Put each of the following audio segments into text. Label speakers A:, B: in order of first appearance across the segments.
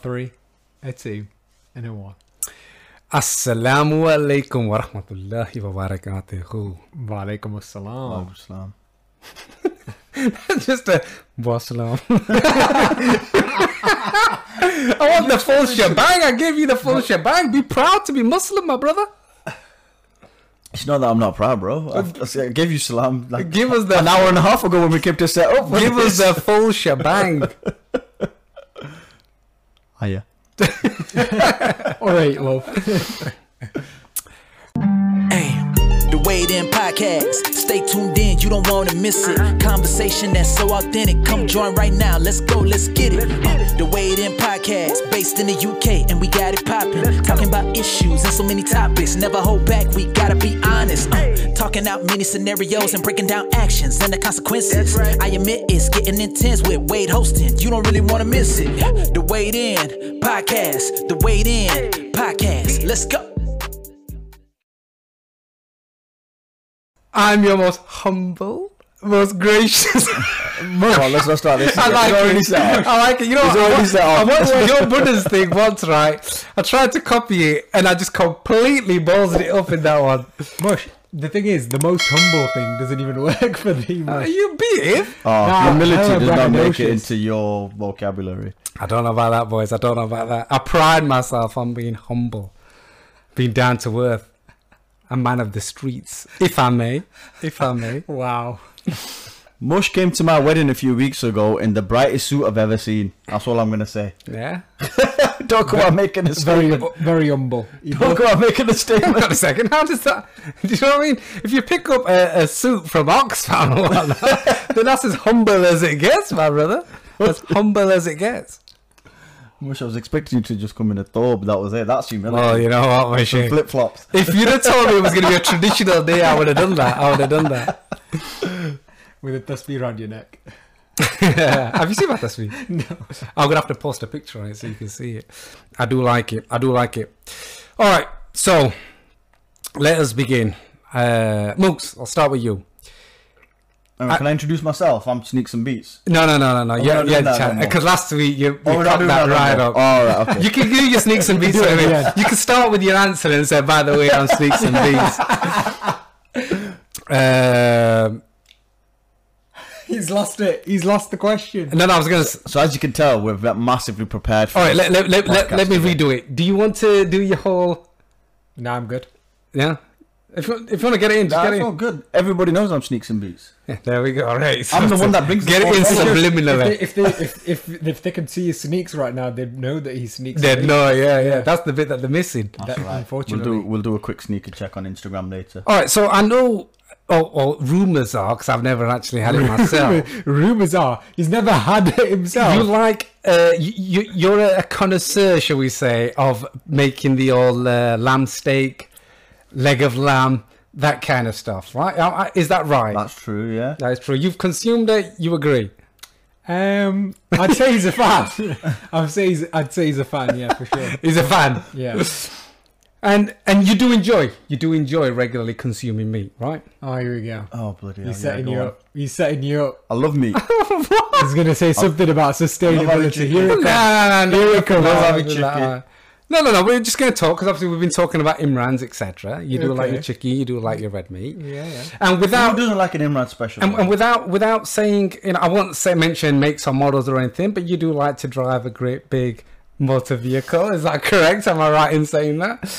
A: three,
B: a two, and a one.
A: Assalamu alaikum wa rahmatullahi wa barakatuhu.
B: Wa alaikum
C: Oh.
B: assalam.
C: Islam.
A: Just a wassalam. I want the full shebang. I give you the full shebang. Be proud to be Muslim, my brother.
C: It's not that I'm not proud, bro. I've, I gave you salam like
A: Give us the
C: Uh, an hour and a half ago when we kept this set up.
A: give us the full shebang.
C: Oh, yeah.
B: All right, love.
D: Hey, the Wade In Podcast. Stay tuned in, you don't want to miss it. Conversation that's so authentic. Come join right now. Let's go, let's get it. Uh, the Wade In Podcast, based in the UK, and we got it poppin'. Talking about issues and so many topics. Never hold back, we gotta be honest. Uh, talking out many scenarios and breaking down actions and the consequences. I admit it's getting intense with Wade hosting. You don't really want to miss it. The Wade In Podcast. The Wade In Podcast. Let's go.
A: I'm your most humble, most gracious.
C: Come on, let's not start this.
A: I like
C: It's already
A: it.
C: set up.
A: I like it. You know,
C: It's
A: I
C: already
A: watched,
C: set
A: I
C: up.
A: watched Joe Budden's thing once, right? I tried to copy it, and I just completely ballsed it up in that one.
B: Mush. The thing is, the most humble thing doesn't even work for the
A: Uh,
B: mush.
A: You beat
C: Oh,
B: Nah,
C: humility
B: hella
C: does not make it
B: braggadocious.
C: into your vocabulary.
A: I don't know about that, boys. I don't know about that. I pride myself on being humble, being down to earth, a man of the streets, if I may. If I may.
B: Wow.
C: Mush came to my wedding a few weeks ago in the brightest suit I've ever seen. That's all I'm gonna say.
A: Yeah.
C: Don't go on making a
B: Very,
C: statement.
B: very humble. You
C: Don't go on making a statement.
A: Got a second. How does that? Do you know what I mean? If you pick up a, a suit from Oxfam or whatnot, then that's as humble as it gets, my brother. As humble as it gets.
C: Mush, I was expecting you to just come in a thobe. That was it. That's humility.
A: Well, you know what, my shame.
C: Flip flops.
A: If you'd have told me it was going to be a traditional day, I would have done that. I would have done that.
B: With a tasbih around your neck.
A: have you seen my this week? No. I'm gonna have to post a picture on it so you can see it. I do like it. I do like it. All right. So let us begin. Uh, Mooks, I'll start with you.
C: can I introduce myself? I'm Sneaks and Beats.
A: No, no, no, no, Oh, no.
C: we're
A: Yeah,
C: not doing that
A: yeah.
C: anymore.
A: Because last week you, you
C: we're not
A: cut
C: doing
A: that
C: that
A: right
C: anymore.
A: up.
C: Oh, right, okay.
A: You can do your sneaks and beats. anyway.
B: yeah.
A: You can start with your answer and say, "By the way, I'm sneaks and beats." um,
B: He's lost it. He's lost the question.
A: and then I was gonna. s-
C: So as you can tell, we're ve- massively prepared. For
A: All right,
C: this.
A: let, let, let, let, let me
C: Podcast.
A: redo it. Do you want to do your whole?
B: Nah, I'm good.
A: Yeah. If you, if you want to get it in, just
C: Nah,
A: get it
C: it's
A: in.
C: all good. Everybody knows I'm Sneaks and Beats.
A: Yeah, there we go. All right.
C: I'm the one that brings
A: get
C: the
A: it in
C: sponsor.
A: subliminally.
B: If they, if, they, if, if, if they can see his sneaks right now, they'd know that he sneaks.
A: They
B: away.
A: no, yeah, yeah. That's the bit that they're missing.
B: That,
C: All right.
B: Unfortunately.
C: we'll do we'll do a quick sneaker check on Instagram later.
A: All right. So I know. Oh, oh rumors are because I've never actually had it myself.
B: Rumors are he's never had it himself.
A: You like uh, you, you're a connoisseur, shall we say, of making the old uh, lamb steak, leg of lamb, that kind of stuff, right? Uh, uh, Is that right?
C: That's true. Yeah.
A: that is true. You've consumed it. You agree?
B: Um, I'd say he's a fan. I'd say he's, I'd say he's a fan. Yeah, for sure.
A: He's a fan.
B: Yeah.
A: And and you do enjoy you do enjoy regularly consuming meat, right?
B: Oh, here we go.
C: Oh bloody hell!
B: He's
C: yeah,
B: setting
C: go
B: you
C: on.
B: up. He's setting you up.
C: I love meat.
B: He's gonna say something about sustainability.
C: allergic.
B: Here it comes.
A: Nah, nah, nah,
B: Lyrical
A: nah, nah,
C: love
A: nah,
C: a
A: nah, nah. No, no, no. We're just going to talk because obviously we've been talking about Imran's, etc. You do like
B: Okay.
A: your chicken, you do like your red meat,
B: Yeah, yeah.
A: and
C: Who
A: without
C: doesn't like an Imran special?
A: and, and without without saying, you know, I won't say mention makes or models or anything, but you do like to drive a great big motor vehicle. Is that correct? Am I right in saying that?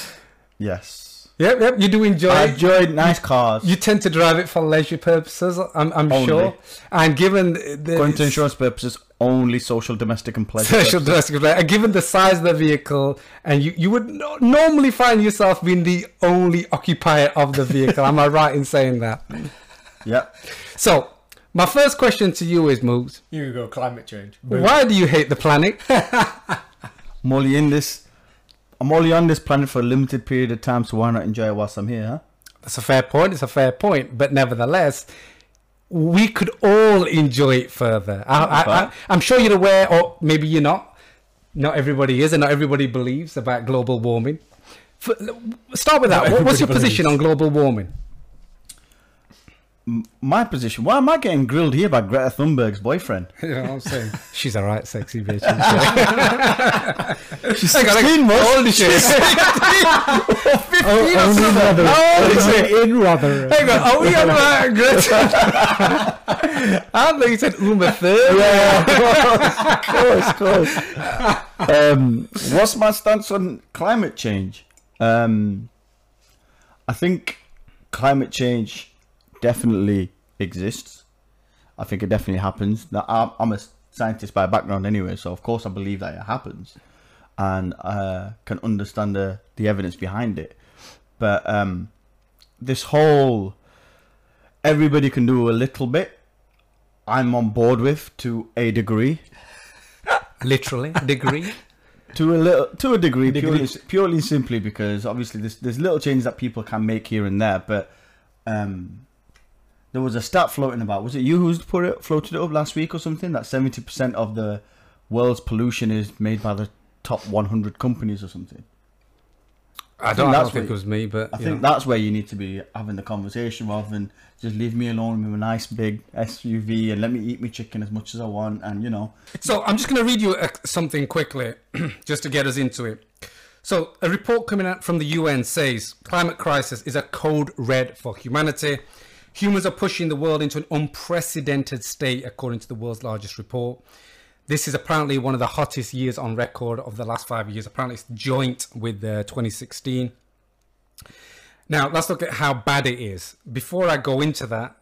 C: yes.
A: Yep, yep. You do enjoy.
C: I enjoyed nice cars.
A: you tend to drive it for leisure purposes, I'm, I'm
C: Only.
A: sure. And given the
C: According to insurance purposes, only social, domestic, and pleasure.
A: Special
C: purposes.
A: domestic flight. And given the size of the vehicle, and you, you would no- normally find yourself being the only occupier of the vehicle. Am I right in saying that?
C: Yep.
A: So, my first question to you is, Moogs,
B: Here we go. Climate change. Boom.
A: why do you hate the planet?
C: I'm only in this. I'm only on this planet for a limited period of time, so why not enjoy it whilst I'm here? Huh?
A: That's a fair point. It's a fair point. But nevertheless, we could all enjoy it further. I, I, I, I'm sure you're aware, or maybe you're not. Not everybody is, and not everybody believes about global warming. F- start with that. What- What's your
B: everybody
A: position on global warming?
C: m- my position. Why am I getting grilled here by Greta Thunberg's boyfriend?
A: You know what I'm saying? She's all right, sexy bitch. isn't
C: She's
A: Like, I think-
C: 16 months.
A: she? Holy shit.
B: Oh, only rather.
A: Oh,
B: in rather.
A: Hang on, are we on that good? I thought you said Uma Thurman.
C: Yeah, of course, of course. Um, what's my stance on climate change? Um, I think climate change definitely exists. I think it definitely happens. Now, I'm, I'm a scientist by background anyway, so of course I believe that it happens and uh, can understand the, the evidence behind it. But um, this whole everybody can do a little bit, I'm on board with to a degree.
A: Literally, degree.
C: to a little to a degree, Purely,
B: Degree.
C: purely and simply because obviously there's, there's little changes that people can make here and there but um there was a stat floating about was it you who's put it floated it up last week or something that 70% of the world's pollution is made by the top 100 companies or something
A: I
C: think
A: don't, I
C: that's
A: don't think
C: what-
A: it was me, but
C: i
A: you
C: think
A: know.
C: that's where you need to be having the conversation rather than just leave me alone with a nice big suv and let me eat my chicken as much as i want and you know
A: So I'm just going to read you uh, something quickly, just to get us into it. So a report coming out from the UN says climate crisis is a code red for humanity. Humans are pushing the world into an unprecedented state, according to the world's largest report. This is apparently one of the hottest years on record of the last five years. Apparently, it's joint with uh, 2016. Now, let's look at how bad it is. Before I go into that,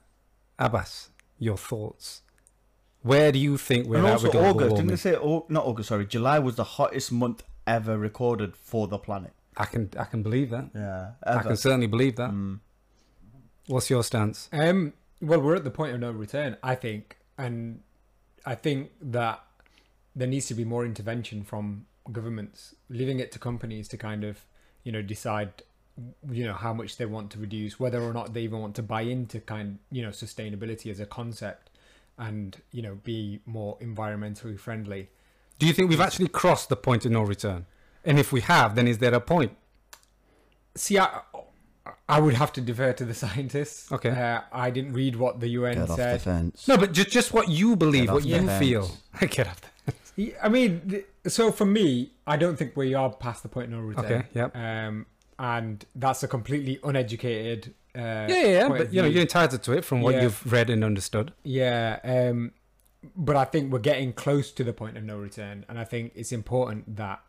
A: Abbas, your thoughts. Where do you think we're
C: And
A: at
C: also
A: with global
C: August, didn't
A: warming?
C: they say? Oh, not August, sorry. July was the hottest month ever recorded for the planet.
A: I can I can believe that.
C: Yeah,
A: I can
C: ever. Mm.
A: certainly believe that. What's your stance?
B: Um, well, we're at the point of no return, I think, and I think that there needs to be more intervention from governments, leaving it to companies to kind of, you know, decide, you know, how much they want to reduce, whether or not they even want to buy into kind, you know, sustainability as a concept, and you know, be more environmentally friendly.
A: Do you think we've actually crossed the point of no return? And if we have, then is there a point?
B: See, I, I would have to defer to the scientists.
A: Okay.
B: uh, I didn't read what the UN said.
C: fence.
A: No, but just just what you believe,
C: Get
A: what
C: off
A: you
C: the fence.
A: feel. Get off. The-
B: Yeah, I mean, th- so for me, I don't think we are past the point of no return.
A: Okay, yep.
B: Um, and that's a completely uneducated. Uh,
A: yeah, yeah, yeah,
B: point
A: but
B: of
A: you know
B: view.
A: you're entitled to it from what
B: Yeah.
A: you've read and understood.
B: Yeah, um, but I think we're getting close to the point of no return, and I think it's important that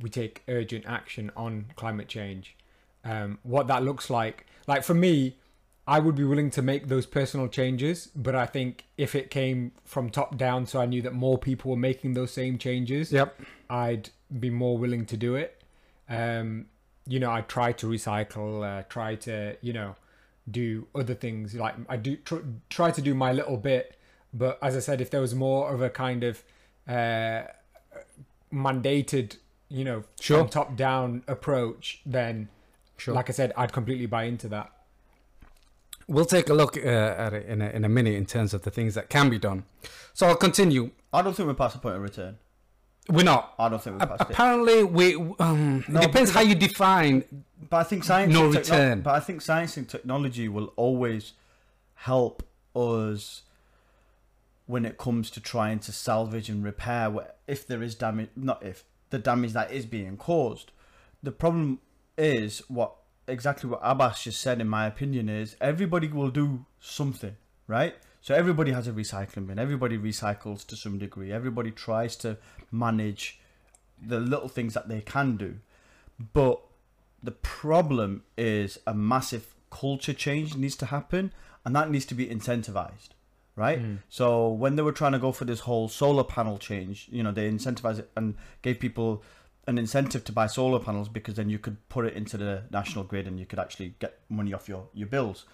B: we take urgent action on climate change. Um, what that looks like, like for me, I would be willing to make those personal changes, but I think if it came from top down, so I knew that more people were making those same changes,
A: Yep.
B: I'd be more willing to do it. Um, you know, I try to recycle, uh, try to, you know, do other things. Like I do tr- try to do my little bit, but as I said, if there was more of a kind of uh, mandated, you know,
A: Sure.
B: top down approach, then,
A: Sure.
B: like I said, I'd completely buy into that.
A: We'll take a look uh, at it in a, in a minute in terms of the things that can be done. So I'll continue.
C: I don't think we're past the point of return.
A: We're not.
C: I don't think we're past it.
A: Apparently, we. Um, it depends how you define
C: But I think science.
A: No
C: and techno-
A: return.
C: But I think science and technology will always help us when it comes to trying to salvage and repair wh- if there is damage. Not if the damage that is being caused. The problem is what exactly what Abbas just said. In my opinion, is everybody will do something right. So everybody has a recycling bin. Everybody recycles to some degree. Everybody tries to manage the little things that they can do. But the problem is a massive culture change needs to happen and that needs to be incentivized, right? So when they were trying to go for this whole solar panel change, you know, they incentivized it and gave people an incentive to buy solar panels because then you could put it into the national grid and you could actually get money off your, your bills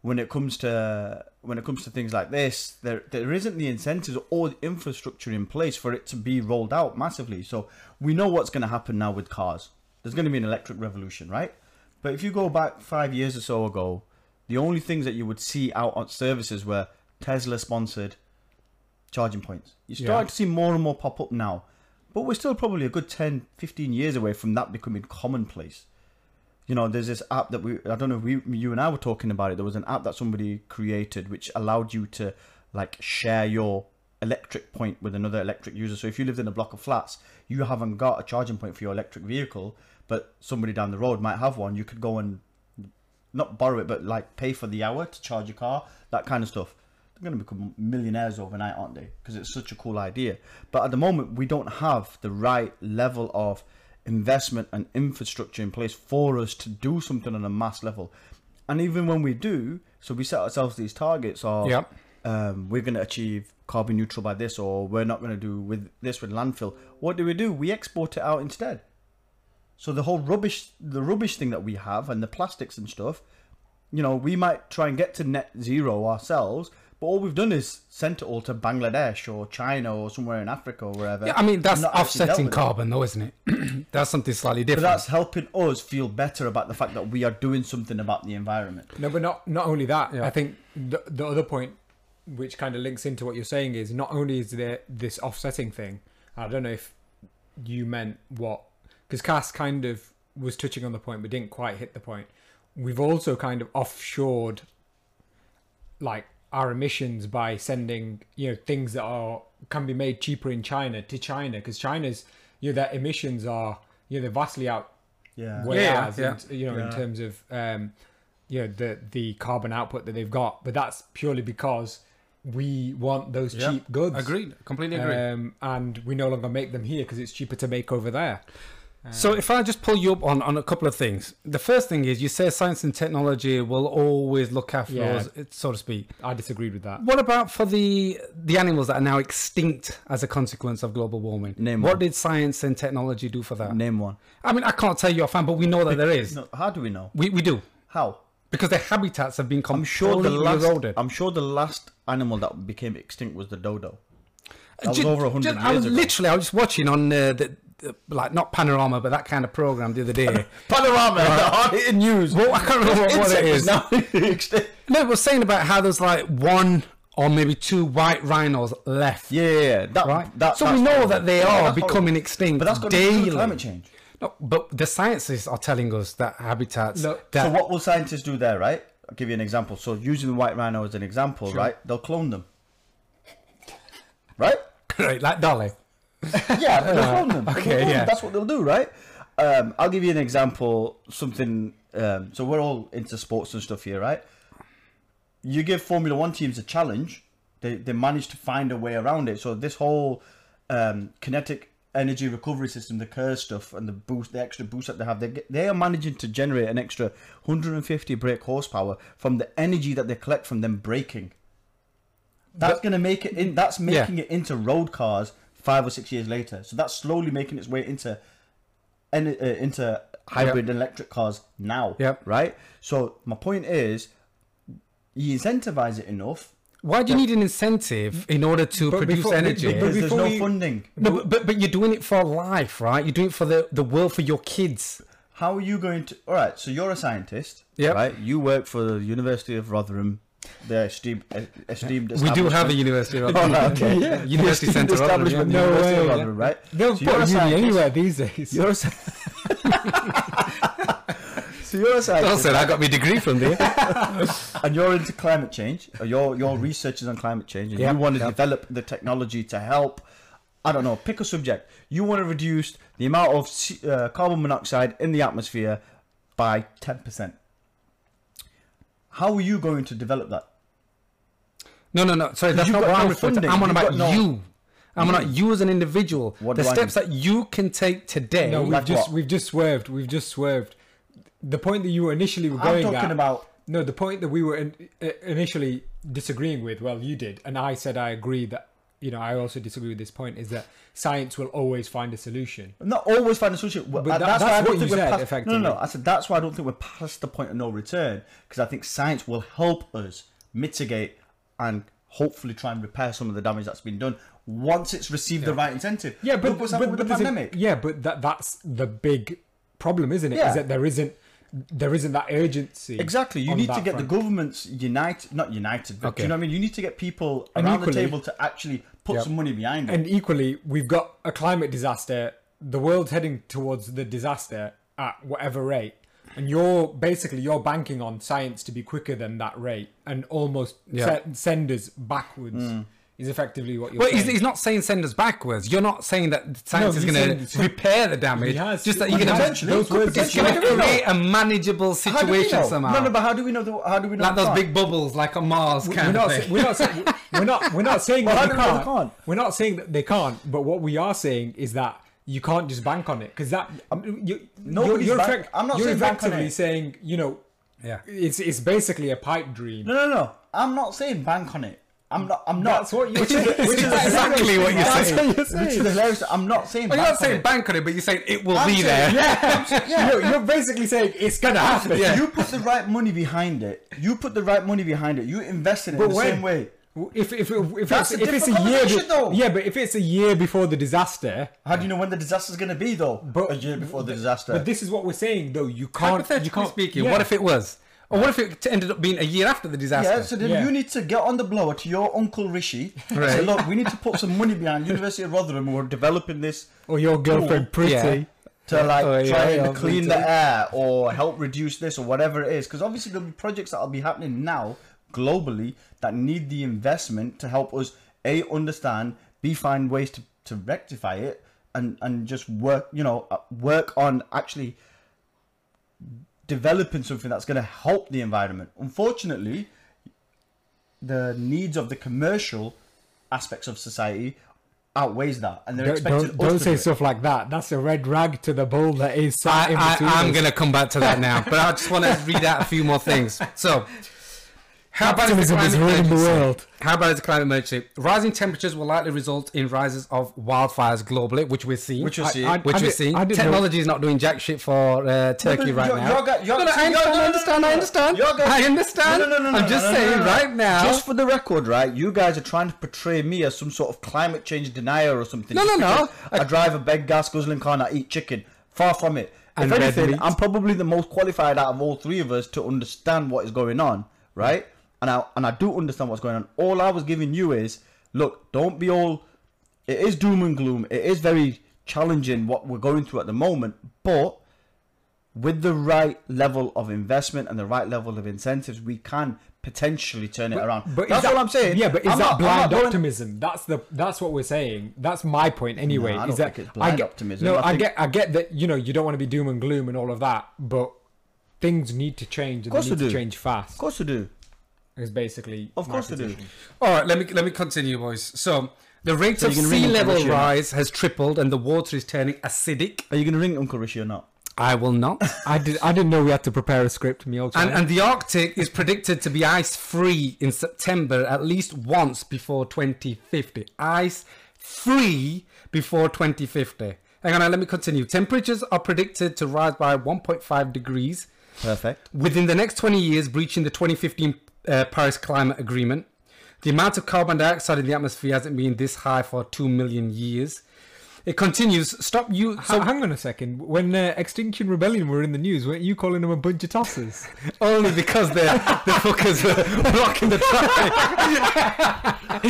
C: when it comes to when it comes to things like this, there there isn't the incentives or the infrastructure in place for it to be rolled out massively. So we know what's going to happen now with cars. There's going to be an electric revolution, right? But if you go back five years or so ago, the only things that you would see out on services were Tesla sponsored charging points. You start to see more and more pop up now, but we're still probably a good 10, 15 years away from that becoming commonplace. you know, there's this app that we I don't know if we you and I were talking about it. There was an app that somebody created which allowed you to like share your electric point with another electric user. So if you lived in a block of flats, you haven't got a charging point for your electric vehicle, but somebody down the road might have one. You could go and not borrow it, but like pay for the hour to charge your car, that kind of stuff. They're going to become millionaires overnight, aren't they? Because it's such a cool idea. But at the moment, we don't have the right level of investment and infrastructure in place for us to do something on a mass level. And even when we do, so we set ourselves these targets of
A: Yep.
C: um, we're going to achieve carbon neutral by this, or we're not going to do with this with landfill. What do we do? We export it out instead. So the whole rubbish, the rubbish thing that we have, and the plastics and stuff, you know, we might try and get to net zero ourselves, but all we've done is sent it all to Bangladesh or China or somewhere in Africa or wherever.
A: Yeah, I mean that's
C: and not actually dealt
A: offsetting
C: with it.
A: carbon, though, isn't it? that's something slightly
C: But
A: different.
C: that's helping us feel better about the fact that we are doing something about the environment.
B: No, but not not only that. I think the the other point, which kind of links into what you're saying, is not only is there this offsetting thing. I don't know if you meant what because Cass kind of was touching on the point, but didn't quite hit the point. We've also kind of offshored, like our emissions by sending you know things that are can be made cheaper in China to China because China's you know their emissions are you know they're vastly out
C: Yeah.
B: way
A: Yeah,
B: as
A: yeah.
B: in, you know in
C: Yeah.
B: terms of um you know the the carbon output that they've got but that's purely because we want those
A: Yeah.
B: cheap goods
A: Agreed. Completely agree.
B: um, and we no longer make them here because it's cheaper to make over there
A: So if I just pull you up on, on a couple of things, the first thing is you say science and technology will always look after
B: Yeah.
A: us, it- so to speak.
B: i disagreed with that
A: What about for the the animals that are now extinct as a consequence of global warming?
C: Name
A: what
C: one.
A: did science and technology do for that?
C: Name one.
A: I mean, I can't tell you offhand, but we know that there is.
C: No, how do we know?
A: We, we do
C: How?
A: because their habitats have been
C: I'm
A: completely
C: sure the last.
A: eroded.
C: I'm sure the last animal that became extinct was the dodo. That was
A: Ju-
C: over hundred
A: ju-
C: years
A: I was
C: ago.
A: literally I was watching on uh, the, the like not Panorama but that kind of program the other day.
C: Panorama, the hard-hitting news.
A: well, I can't remember what it
C: Insect
A: is.
C: now extinct.
A: No, it was saying about how there's like one or maybe two white rhinos left.
C: Yeah, yeah, yeah. That,
A: Right.
C: that,
A: so we
C: that's
A: know
C: horrible.
A: that they
C: Yeah,
A: are
C: that's horrible.
A: becoming extinct
C: But that's got nothing to do
A: daily.
C: with climate change.
A: No, but the scientists are telling us that habitats.
B: Look,
A: that,
C: So what will scientists do there, right? I'll give you an example. So using the white rhino as an example, right? They'll clone them. Right?
A: Right, like Dolly.
C: Yeah, but they'll clone them. They'll
A: okay,
C: clone them.
A: yeah.
C: That's what they'll do, right? Um, I'll give you an example. Something. Um, so we're all into sports and stuff here, right? You give Formula One teams a challenge. They they manage to find a way around it. So this whole um, kinetic energy recovery system, the Kerr stuff, and the boost, the extra boost that they have, they get- they are managing to generate an extra 150 brake horsepower from the energy that they collect from them braking. That's going to make it in. That's making it into road cars five or six years later. So that's slowly making its way into, en- uh, into hybrid and electric cars now.
A: Yep.
C: Right. So my point is, you incentivize it enough,
A: Why do you need an incentive in order to
B: But
A: produce
B: before-
A: energy?
B: but-
C: because there's
B: before
C: no
B: we-
C: funding.
A: no, but, but but you're doing it for life, right? You're doing it for the, the world, for your kids.
C: How are you going to? All right. So you're a scientist.
A: Yep.
C: Right. You work for the University of Rotherham. The esteemed, uh, esteemed
A: We do have a
C: establishment. Oh,
A: university. of
C: okay, yeah.
A: University Centre. of Rotherham,
C: establishment,
A: yeah.
C: the
B: No
C: University of
B: way.
C: Rotherham, right?
B: they'll
C: So
B: put
C: you're a
B: you
C: scientist.
B: anywhere these days
C: You're a sci- so you're a
A: Don't
C: scientist,
A: say that, I got my degree from there.
C: and you're into climate change. Or your your research is on climate change, and
A: Yep,
C: you want to
A: yep.
C: develop the technology to help. I don't know. Pick a subject. You want to reduce the amount of C- uh, carbon monoxide in the atmosphere by ten percent. How are you going to develop that?
A: No, no, no. Sorry, that's
C: you've
A: not
C: got
A: what I'm
C: no
A: referring to.
C: funding,
A: I'm on
C: you've
A: about
C: got no- Mm.
A: you. I'm about you as an individual.
C: What
A: the
C: do I
A: steps
C: do?
A: that you can take today.
B: no we've
C: Like
B: just
C: what?
B: we've just swerved we've just swerved the point that you were initially were
C: I'm
B: going
C: talking
B: at-
C: about
B: No, the point that we were in, i- initially disagreeing with, well, you did, and I said I agree that, you know, I also disagree with this point, is that science will always find a solution.
C: not always find a solution. But
B: that-
C: that's,
B: that's
C: why I
B: what
C: don't
B: you
C: think we're
B: said,
C: past, No, no, no.
B: effectively.
C: I said that's why I don't think we're past the point of no return because I think science will help us mitigate and hopefully try and repair some of the damage that's been done once it's received the right incentive. Look what's happened with the
B: there's a-
C: pandemic.
B: yeah, but that that's the big problem, isn't it? Is
C: Yeah.
B: that there isn't there isn't that urgency.
C: Exactly. You
B: on
C: need
B: that
C: to get
B: front.
C: the governments united, not united, but do
A: Okay.
C: you know what I mean? You need to get people
B: And
C: around the
B: equally-
C: table to actually put some money behind it.
B: And equally, we've got a climate disaster. The world's heading towards the disaster at whatever rate. and you're basically you're banking on science to be quicker than that rate and almost
A: Yeah.
B: se- send us backwards is effectively what you're
A: Well,
B: saying.
A: he's, he's not saying send us backwards. You're not saying that science
B: No,
A: is
B: he's
A: going
B: saying-
A: to repair the damage.
B: He has-
A: just that
B: Well,
A: you're going
C: potentially.
A: to
B: Those words
C: Could
A: it's
B: How
A: going
B: do
A: to
B: we know?
A: create a manageable
C: How do we
A: situation
C: know?
A: somehow.
C: No, no, but how do we know? The, how do we know?
A: like
C: the
A: those
C: fact?
A: big bubbles, like on Mars.
B: we're
A: Kind
B: not,
A: of
B: sa-
A: thing.
B: we're not saying we're not we're not saying
C: Well,
B: that
C: I
B: they
C: don't know
B: can't.
C: they can't.
B: We're not saying that they can't. But what we are saying is that you can't just bank on it because that you, you're,
C: Nobody's
B: you're,
C: bank-
B: effect-
C: I'm not
B: you're
C: saying bank on
B: effectively
C: it.
B: saying you know
A: Yeah.
B: it's it's basically a pipe dream.
C: No, no, no. I'm not saying bank on it. I'm not. I'm not.
B: That's what you're
C: which is,
B: saying.
C: which is
A: Exactly what you're
C: That's
A: saying.
B: That's what
C: Which is hilarious. I'm not saying.
A: Well, you're
C: bank
A: not saying
C: on
A: bank on it, but you're saying it will
C: I'm
A: be
C: saying-
A: there.
B: Yeah,
C: Yeah.
B: You're, you're basically saying it's gonna happen.
A: Yeah.
C: it. You put the right money behind it. You put the right money behind it. You invested in it
B: But
C: the
B: when?
C: same way.
B: If if if,
C: That's
B: it's,
C: a
B: if it's a
C: different
B: year,
C: conversation, though.
B: yeah, but if it's a year before the disaster,
C: How do you know when the disaster's going to be though? a year before the disaster.
B: But this is what we're saying, though. You can't. You
A: Hypothetically
B: can't.
A: speaking,
B: yeah.
A: what if it was? Or what if it ended up being a year after the disaster?
C: yeah, so then
B: Yeah.
C: you need to get on the blower to your uncle Rishi. Right. Say,
A: Right.
C: look, we need to put some money behind University of Rotherham. We're developing this
B: Or your girlfriend pretty?
A: Yeah.
C: to like
A: Oh, yeah,
C: try
A: yeah,
C: and clean
A: we
C: the
A: do.
C: air or help reduce this or whatever it is. Because obviously there'll be projects that'll be happening now globally that need the investment to help us a understand, b find ways to, to rectify it, and and just work you know uh, work on actually developing something that's going to help the environment. Unfortunately, the needs of the commercial aspects of society outweighs that, and they're
B: Don't,
C: expecting
B: don't,
C: us
B: don't
C: to
B: say
C: do it.
B: stuff like that. That's a red rag to the bull that is sat
A: I,
B: in between
A: I,
B: us.
A: I'm going to come back to that now, but I just want to read out a few more things. So, how about is the
B: Capitalism is
A: climate
B: ruining the
A: emergency?
B: world.
A: How about is the climate emergency? Rising temperatures will likely result in rises of wildfires globally, which we're seeing.
C: Which we're
A: I-
C: seeing.
A: I- which
B: I
A: we're
B: did-
A: seeing.
B: I didn't know-
A: Technology is not doing jack shit for uh, Turkey
C: but
A: right
C: you're-
A: now.
C: you're go- you're-
A: no, no, I understand.
C: you're- no,
A: I
C: no,
A: understand. I
C: no, no,
A: understand.
C: you're go-
A: I understand.
C: No, no, no, no,
A: I'm
C: no,
A: just
C: no, no,
A: saying
C: no, no.
A: right now.
C: Just for the record, right? You guys are trying to portray me as some sort of climate change denier or something.
A: No,
C: just
A: no, no.
C: because I, drive a big gas guzzling car and I eat chicken. Far from it.
A: And
C: if
A: red
C: anything,
A: meat.
C: I'm probably the most qualified out of all three of us to understand what is going on, right? And I and I do understand what's going on. All I was giving you is, look, don't be all. It is doom and gloom. It is very challenging what we're going through at the moment, but with the right level of investment and the right level of incentives, we can potentially turn it around.
B: But is
C: that's
B: that-
C: all I'm saying.
B: Yeah, but is
C: I'm
B: that
C: not- I'm
B: blind
C: not going-
B: optimism? That's the that's what we're saying. That's my point anyway.
C: No, I
B: is
C: don't
B: that
C: think it's blind
B: I get,
C: optimism.
B: No,
C: I
B: I,
C: think-
B: get I get that you know you don't want to be doom and gloom and all of that, but things need to change and
C: course
B: they
C: they
B: need to
C: do.
B: change fast.
C: Of course we do.
B: Is basically
C: Of
B: my
C: course they do.
B: position.
A: All right, let me let me continue, boys. So the rate of
C: you can read
A: sea
C: it,
A: level
C: Richard.
A: rise has tripled, and the water is turning acidic.
C: Are you going to ring Uncle Rishi or not?
A: I will not.
B: I did I didn't know we had to prepare a script. Me also.
A: And, and the Arctic is predicted to be ice free in September at least once before 2050. Ice free before 2050. Hang on, let me continue. Temperatures are predicted to rise by 1.5 degrees
C: Perfect.
A: within the next 20 years, breaching the 2015 uh, Paris Climate Agreement. The amount of carbon dioxide in the atmosphere hasn't been this high for 2 million years. It continues. Stop you.
B: so
A: So,
B: hang on a second. When uh, Extinction Rebellion were in the news, weren't you calling them a bunch of tossers?
A: only because the the fuckers were blocking the traffic.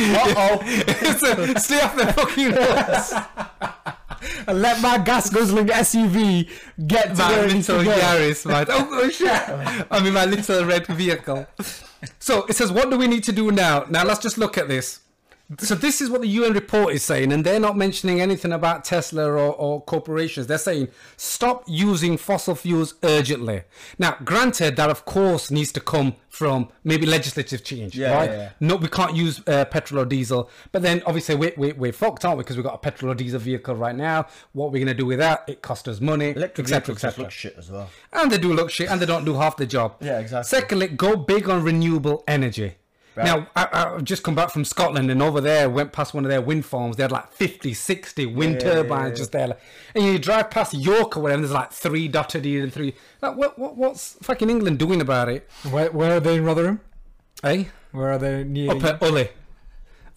A: so stay off the fucking roads.
B: and let my gas guzzling SUV get to where
A: My
B: it needs to
A: little
B: go.
A: Yaris, my oh, oh shit! I mean, my little red vehicle. So it says, what do we need to do now? Now let's just look at this. So this is what the UN report is saying, and they're not mentioning anything about Tesla or, or corporations. They're saying stop using fossil fuels urgently. Now, granted, that of course needs to come from maybe legislative change,
C: Yeah,
A: right?
C: yeah, yeah.
A: no, we can't use uh, petrol or diesel. But then obviously we, we, we're fucked, aren't we? Because we've got a petrol or diesel vehicle right now. What are we going to do with that? It costs us money, etc.
C: Electric vehicles just
A: etc.
C: look shit as well.
A: And they do look shit and they don't do half the job.
C: Yeah, exactly.
A: Secondly, go big on renewable energy. Now, I, I've just come back from Scotland and over there, went past one of their wind farms. They had like 50, 60 wind turbines just there. Like, and you drive past York or whatever, and there's like three dotted here and three. Like, what, what, what's fucking England doing about it?
B: Where, where are they in Rotherham?
A: Eh?
B: Where are they near?
A: Up at Ully.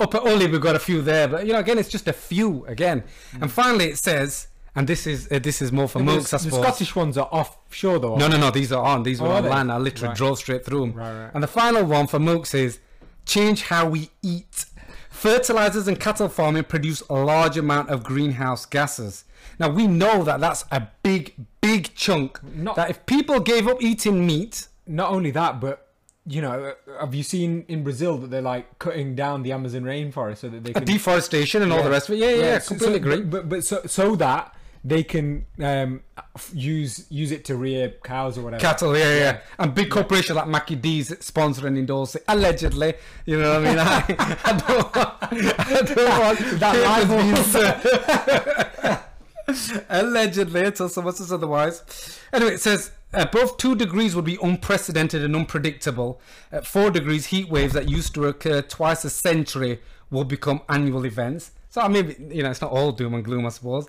A: Up at Ully, we've got a few there, but you know, again, it's just a few again.
C: Mm.
A: And finally, it says, and this is uh, this is more for
B: the,
A: monks, I
B: the
A: suppose.
B: Scottish ones are offshore though.
A: no, no, no, these are on. These were
B: Oh, are they?
A: online. I literally
B: Right.
A: drove straight through them.
B: Right, right.
A: And the final one for monks is change how we eat. Fertilizers and cattle farming produce a large amount of greenhouse gases. Now we know that that's a big, big chunk.
B: Not-
A: that if people gave up eating meat,
B: Not only that, but you know, have you seen in Brazil that they're like cutting down the Amazon rainforest so that they can
A: deforestation and all the rest of it, yeah, yeah, yeah
B: so-
A: completely
B: so,
A: agree.
B: But, but so so that they can um, f- use use it to rear cows or whatever.
A: Cattle, yeah, yeah, yeah. And big corporations like Mackie D's sponsoring and endorsing, allegedly. You know what I mean? I, I don't want, I don't want
B: That
A: papers
B: libel.
A: being said. allegedly, until someone says otherwise. Anyway, it says above two degrees would be unprecedented and unpredictable. At four degrees, heat waves that used to occur twice a century will become annual events. So, I mean, you know, it's not all doom and gloom, I suppose.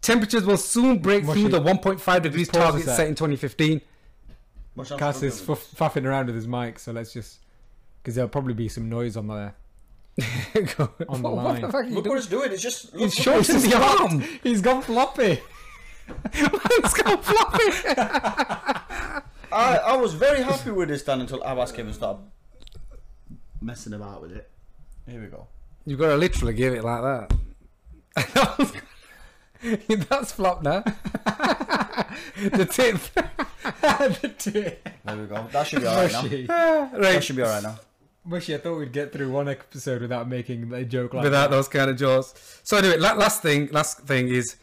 A: Temperatures will soon break through
B: Moshi,
A: the 1.5 degrees
B: pause a
A: target
B: sec.
A: set in 2015.
C: Much
B: Cass is fuff, faffing around with his mic, so let's just because there'll probably be some noise on there.
A: Go-
B: On the
A: what,
B: line.
A: the fuck are you
E: Look
A: doing?
E: what it's doing. It's just look,
A: He's
E: look,
A: short in the arm.
B: He's gone floppy.
A: Man's gone floppy.
E: I, I was very happy with this Dan until Abbas came and started
C: messing about with it. Here we go.
A: you got to literally give it like that. That's flop now. the tip.
B: the tip.
C: There we go. That should be alright now.
B: Mushy.
C: That
A: right.
C: should be alright now.
B: Mushy, I thought we'd get through one episode without making a joke like
A: Without those kind of jaws. So anyway, la- last thing, last thing is,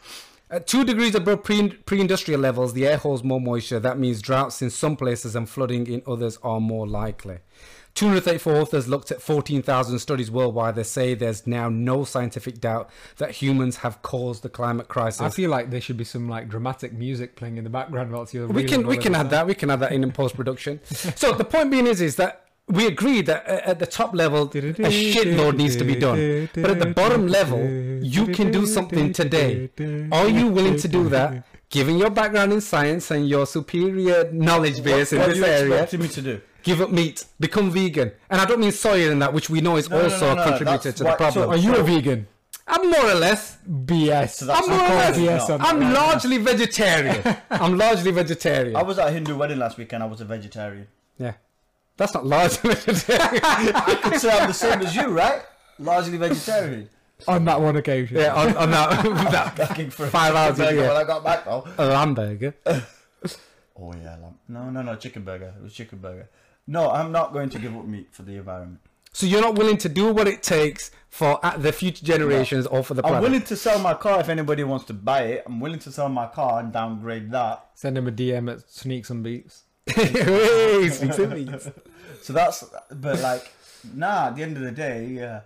A: at two degrees above pre- pre-industrial levels, the air holds more moisture. That means droughts in some places and flooding in others are more likely. 234 authors looked at 14,000 studies worldwide. They say there's now no scientific doubt that humans have caused the climate crisis.
B: that. I feel like there should be some like dramatic music playing in the background whilst you're.
A: we can
B: reeling
A: we
B: all
A: can
B: of
A: add
B: this
A: that we can add that in in post production. so the point being is is that we agreed that a- at the top level a shitload needs to be done, but at the bottom level you can do something today. Are you willing to do that? Given your background in science and your superior knowledge base in
C: What are
A: this
C: you
A: area,
C: expecting me to do?
A: give up meat, become vegan, and I don't mean soya in that, which we know is
C: no,
A: also
C: no,
A: a
C: no,
A: contributor
C: that's
A: to the
C: why- so
A: problem.
B: out. Are you a vegan?
A: I'm more or less
B: BS.
C: So that's
A: I'm more or less-
B: BS
C: No.
B: on
A: I'm
B: that.
A: largely vegetarian. I'm largely vegetarian.
C: I was at a Hindu wedding last weekend. I was a vegetarian.
A: Yeah. That's not largely vegetarian.
C: I'd say I'm the same as you, right? Largely vegetarian.
B: on that one occasion.
A: yeah, on, on that, that
C: Looking for a
A: Five hours a
C: burger
A: year.
C: when I got back though.
A: a hamburger.
C: Oh yeah, lamb. No, no, no, chicken burger. It was chicken burger. No, I'm not going to give up meat for the environment.
A: So you're not willing to do what it takes for uh, the future generations or for the
C: I'm
A: planet.
C: willing to sell my car if anybody wants to buy it. I'm willing to sell my car and downgrade that.
B: Send him a DM at Sneaks and Beats.
A: Hey, speaks in these.
C: So that's, but like, nah. At the end of the day, yeah.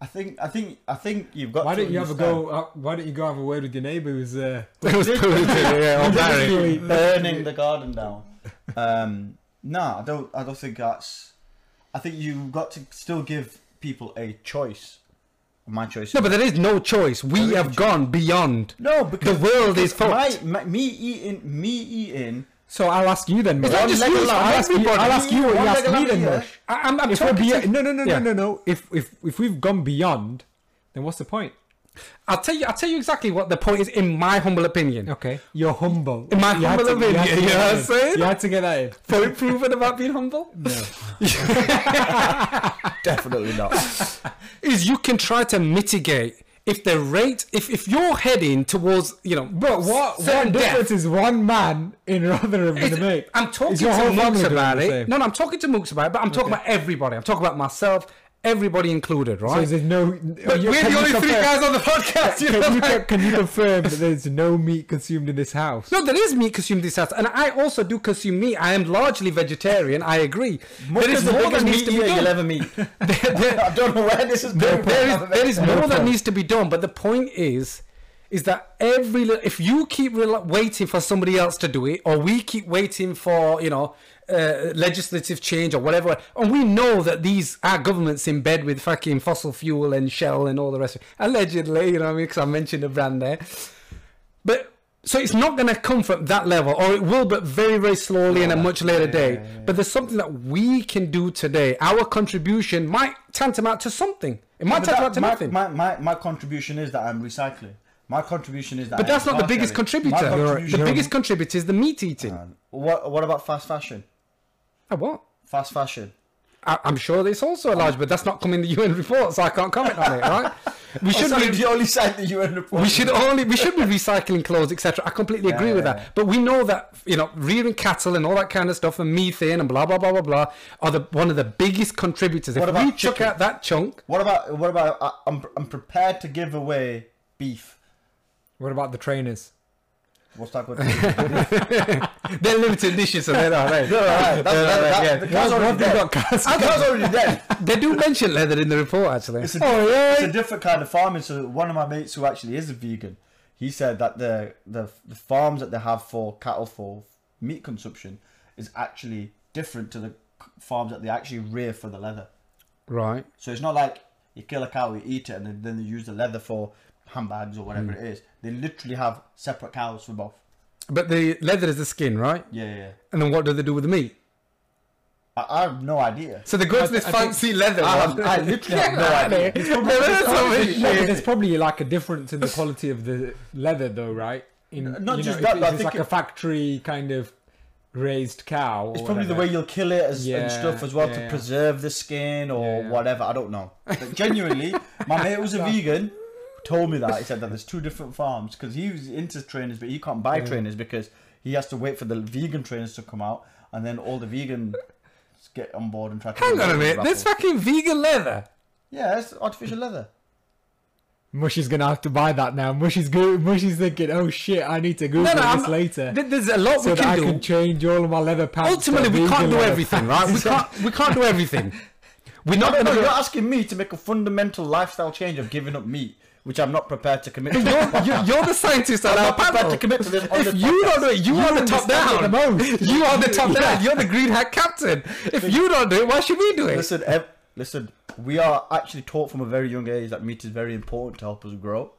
C: I think, I think, I think you've got.
B: Why
C: to
B: don't you have a
C: understand-
B: go? Uh, why don't you go have a word with your neighbour who's uh,
A: It was polluted, yeah, or Barry.
B: Barry.
C: burning the garden down. Um, nah, I don't. I don't think that's. I think you've got to still give people a choice. My choice.
A: No, but there is no choice. We have gone beyond.
C: No, because
A: The world is
C: because
A: fucked.
C: My, my, me eating, me eating.
B: So I'll ask you then. Mush.
A: not
B: I'll
A: just you, it's for
B: ask you.
A: everybody.
B: I'll ask you what you
C: One
B: asked
C: leg
B: me
C: of
B: then.
C: lamb, yeah.
B: Mush.
A: I, I'm, I'm
B: If we're
A: talking
B: be-
A: to-
B: no, no, no,
A: Yeah.
B: no, no, no. If if if we've gone beyond, then what's the point?
A: I'll tell you. I'll tell you exactly what the point is, in my humble opinion.
B: Okay, you're humble.
A: In my
B: You had
A: humble
B: to- you had to
A: opinion,
B: get
A: you know
B: that
A: what I'm
B: in.
A: saying?
B: You had to get that in.
A: Point proven about being humble. No.
C: Definitely not.
A: is you can try to mitigate if the rate if, if you're heading towards you know
B: But what, what
A: certain
B: difference
A: death.
B: is one man in Rotherham going to
A: It's-
B: make?
A: I'm talking
B: Is your whole
A: to
B: family
A: Mooks
B: doing
A: about
B: the
A: it.
B: same?
A: No, no, I'm talking to Mooks about it, but I'm talking about everybody. I'm talking about myself, everybody included,
B: So
A: right?
B: there's no. are
A: but
B: you-
A: we're
B: can
A: the
B: you
A: only three
B: compare-
A: guys on the podcast. You know
B: Can you,
A: what I mean?
B: co- can you confirm that there's no meat consumed in this house?
A: No, there is meat consumed in this house, and I also do consume meat. I am largely vegetarian. I agree. there is
C: the
A: more that
C: biggest
A: needs
C: meat
A: to be
C: eater you'll
A: done.
C: ever meet.
A: There- there-
C: I don't know where this is
A: there,
C: going.
A: there is there is more that
B: problem.
A: needs to be done. But the point is, is that every li- if you keep rel waiting for somebody else to do it, or we keep waiting for you know uh, legislative change or whatever, and we know that these our governments in bed with fucking fossil fuel and Shell and all the rest of it, allegedly, you know what I mean? Because I mentioned a brand there, but. So it's not going to come from that level, or it will, but very, very slowly and at a much later day. But there's something that we can do today. Our contribution might tantamount to something. It might
C: But
A: tantamount to
C: that- my-
A: nothing.
C: My, my, my contribution is that I'm recycling. My contribution is that.
A: But
C: I
A: that's
C: am
A: not the biggest
C: car sharing. My
A: contributor.
C: contribution- Uh,
A: the biggest contributor is the meat eating.
C: What What about fast fashion?
A: Oh, what?
C: Fast fashion.
A: I, I'm sure that it's also a large, but that's not coming in the UN report, so I can't comment on it, right? we should
C: Oh, Sorry,
A: be
C: the only side that you end up
A: Oh, we should only we should be recycling clothes, etc. I completely agree with that. But we know that you know rearing cattle and all that kind of stuff and methane and blah blah blah blah blah are the one of the biggest contributors. If
C: What about
A: we chuck
C: chicken?
A: out that chunk,
C: What about what about I, I'm I'm prepared to give away beef.
B: What about the trainers?
C: What's that going to do?
A: they're limited edition, so they're all right.
C: No, no, no, that- that- that-
A: yeah.
C: the cow's
A: What-
C: already
A: what have you
C: dead.
A: got, cows?
C: The cow's already dead.
A: They do mention leather in the report, actually.
C: It's a,
A: oh yeah,
C: it's a different kind of farming. So one of my mates who actually is a vegan, he said that the the, the farms that they have for cattle for meat consumption is actually different to the c- farms that they actually rear for the leather.
A: right.
C: So it's not like you kill a cow, you eat it, and then, then they use the leather for handbags or whatever it is. They literally have separate cows for both.
A: But the leather is the skin, right?
C: Yeah, yeah. yeah.
A: And then what do they do with the meat?
C: I, I have no idea.
A: So they go to this
B: I think-
A: fancy leather.
C: I have-
A: one.
C: I literally have no idea. It's probably-
A: That's so
B: No, but
A: shit.
B: there's probably like a difference in the quality of the leather, though, right? In
C: Not
B: you
C: just
B: know,
C: that,
B: if
C: but I
B: it's
C: think
B: like
C: it-
B: a factory kind of raised cow. or
C: It's probably the way
B: whatever.
C: you'll kill it as,
B: Yeah,
C: and stuff as well
B: yeah,
C: to
B: yeah.
C: preserve the skin or
B: Yeah, yeah.
C: whatever. I don't know. But genuinely, my mate who's a vegan told me that. He said that there's two different farms because he was into trainers, but he can't buy trainers because he has to wait for the vegan trainers to come out and then all the vegans get on board and try to.
A: Hang on a minute. There's fucking vegan leather.
C: Yeah, it's artificial leather.
B: Mushy's gonna have to buy that now. Mushy's go- Mushy's thinking, oh shit, I need to Google
A: No, no,
B: this
A: I'm-
B: later.
A: th- There's a lot
B: so
A: we
B: that I
A: can
B: can
A: do.
B: change all of my leather pants. to
A: Ultimately, we
B: vegan
A: can't do
B: leather
A: everything,
B: pants.
A: right? We can't. We can't do everything. We're not
C: No,
A: going
C: no,
A: to.
C: you're asking me to make a fundamental lifestyle change of giving up meat, which I'm not prepared to commit to.
A: You're, you're, you're the scientist on our
C: not prepared
A: panel.
C: to commit to this on
A: If
C: this
A: you don't do it, you, are the top
B: understand it
A: down.
B: the most.
A: You are the top down. You're the green hat captain. If you don't do it, why should we do it?
C: Listen, ev- listen. We are actually taught from a very young age that meat is very important to help us grow.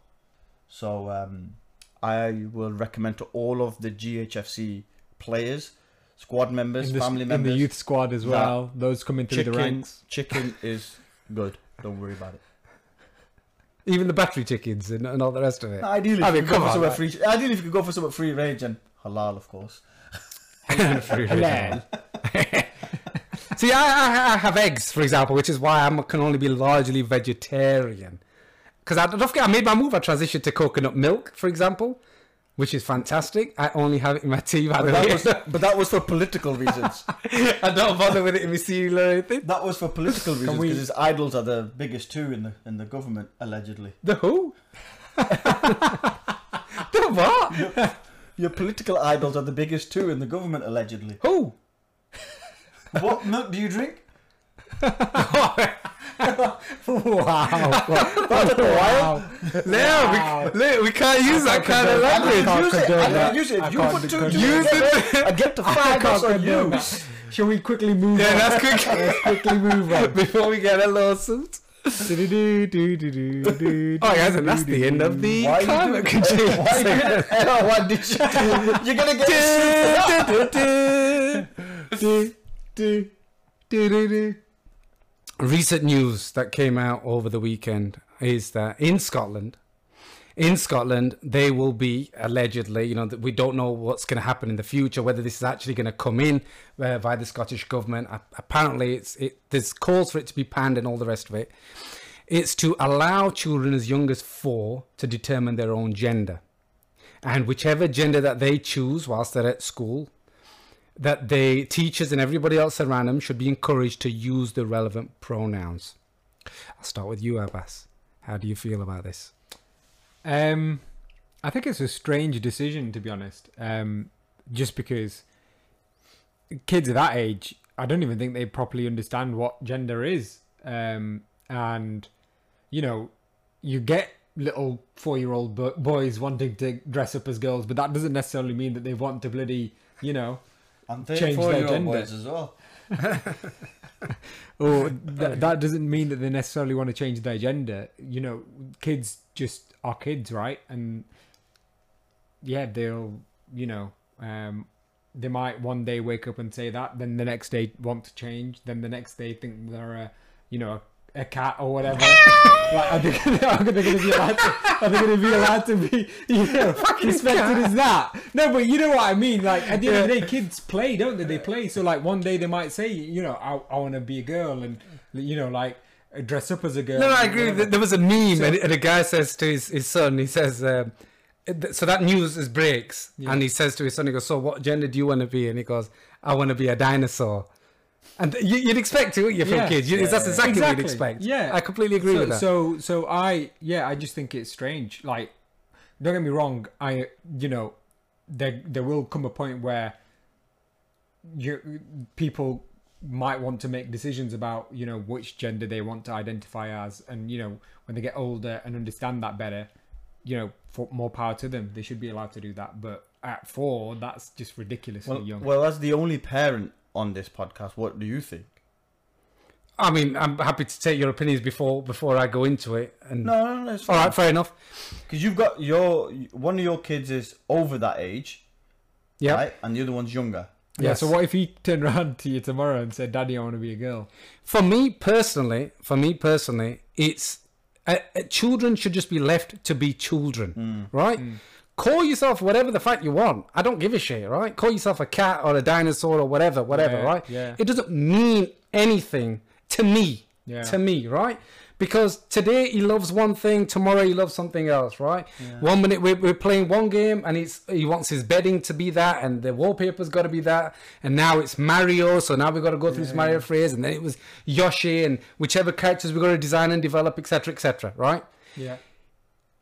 C: So um, I will recommend to all of the GHFC players, squad members,
B: In the,
C: family
B: in
C: members,
B: the youth squad as well. Those coming through
C: chicken.
B: the ranks.
C: Chicken is good. Don't worry about it.
A: Even the battery chickens and, and all the rest of it.
C: Ideally,
A: I
C: if you
A: mean,
C: could go
A: come
C: for
A: on.
C: somewhere
A: like-
C: free. Ideally, if you could go for somewhere free range and halal, of course.
A: free range.
B: Halal.
A: See, I, I, I have eggs, for example, which is why I can only be largely vegetarian. Because I don't forget, I made my move. I transitioned to coconut milk, for example, which is fantastic. I only have it in my tea. I
C: But that was,
A: don't,
C: but that was for political reasons.
A: I don't bother with it in my cereal or anything.
C: that was for political reasons
B: we-
C: because his idols are the biggest two in the in the government allegedly.
A: The who? the what?
C: Your political idols are the biggest two in the government allegedly.
A: Who?
C: What milk do you drink?
B: Wow. wow.
A: No, we, look, we can't use that kind of
C: I
A: language.
C: can't use it.
B: condone
C: I
B: that.
C: can't use it.
B: I
C: If you
B: can't
C: put two
B: condone
C: two
A: Use
C: together,
A: it.
C: I get to five. That's on you.
B: Shall we quickly move
A: Yeah,
B: on?
A: that's quick.
B: Let's quickly move on.
A: Before we get a lawsuit.
B: Do-do-do-do-do-do-do-do.
A: Oh, guys, and that's the end of the
C: Why are you
A: climate
C: doing
A: control.
C: Why are you gonna tell what did you do? You're gonna get.
A: Recent news that came out over the weekend is that in Scotland, in Scotland, they will be allegedly, you know, that we don't know what's going to happen in the future, whether this is actually going to come in uh, by the Scottish government. A- apparently, it's it, there's calls for it to be banned and all the rest of it. It's to allow children as young as four to determine their own gender, and whichever gender that they choose whilst they're at school, that they teachers and everybody else around them should be encouraged to use the relevant pronouns. I'll start with you, Abbas. How do you feel about this?
B: Um, I think it's a strange decision to be honest. Um, just because kids of that age, I don't even think they properly understand what gender is. Um, and you know, you get little four-year-old bo- boys wanting to dress up as girls, but that doesn't necessarily mean that they want to bloody, you know.
C: And
B: their Change their
C: four-year-old
B: gender.
C: boys as well.
B: or th- that doesn't mean that they necessarily want to change their gender. You know, kids just are kids, right? And yeah, they'll, you know, um, they might one day wake up and say that, then the next day want to change, then the next day think they're a, you know, a cat or whatever. like, are they gonna, are they gonna be allowed to? Are they gonna be allowed to be, you know, respected as that? No, but you know what I mean. Like at the end of the day, kids play, don't they? They play. So like one day they might say, you know, I, I want to be a girl, and you know, like dress up as a girl.
A: No, no, I agree. There there was a meme, and, and a guy says to his, his son, he says, um, th- so that news is breaks, and he says to his son, he goes, so what gender do you want to be? And he goes, I want to be a dinosaur. And you, you'd expect to, wouldn't you, from
B: Yeah.
A: kids. You, that's exactly, what you'd expect.
B: Yeah,
A: I completely agree
B: so,
A: with that.
B: So, so I, yeah, I just think it's strange. Like, don't get me wrong. I, you know, there there will come a point where you people might want to make decisions about you know which gender they want to identify as, and you know when they get older and understand that better, you know, for more power to them. They should be allowed to do that, but. At four, that's just ridiculously
E: Well,
B: young.
E: well, as the only parent on this podcast, what do you think?
A: I mean, I'm happy to take your opinions before before I go into it. And
E: No, no, no, it's
A: all
E: fine.
A: right, fair enough.
E: Because you've got your one of your kids is over that age,
A: Yeah,
E: right, and the other one's younger.
B: yeah.
A: yes.
B: So what if he turned around to you tomorrow and said, "Daddy, I want to be a girl"?
A: for me personally, for me personally, it's uh, uh, children should just be left to be children, right? Call yourself whatever the fact you want. I don't give a shit, right? Call yourself a cat or a dinosaur or whatever, whatever,
B: Yeah,
A: right?
B: yeah.
A: It doesn't mean anything to me.
B: Yeah.
A: To me, right? Because today he loves one thing, tomorrow he loves something else, right? One minute we're, we're playing one game and it's he wants his bedding to be that and the wallpaper's got to be that, and now it's Mario, so now we've got to go through this Mario phrase, and then it was Yoshi and whichever characters we've got to design and develop, etc., etc., right?
B: Yeah.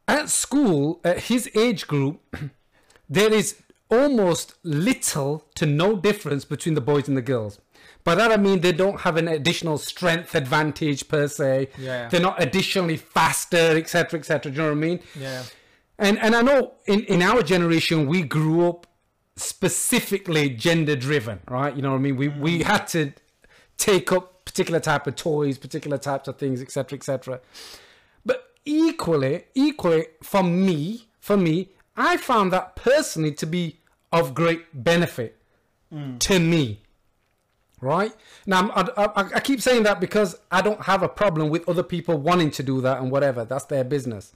A: At school, at his age group, there is almost little to no difference between the boys and the girls. By that I mean they don't have an additional strength advantage per se.
B: Yeah.
A: They're not additionally faster, etc., etc. Do you know what I mean?
B: Yeah.
A: And and I know in, in our generation we grew up specifically gender driven, right? You know what I mean? We we had to take up particular type of toys, particular types of things, etc., etc. But equally, equally for me, for me, I found that personally to be of great benefit to me. Right now, I, I, I keep saying that because I don't have a problem with other people wanting to do that and whatever. That's their business.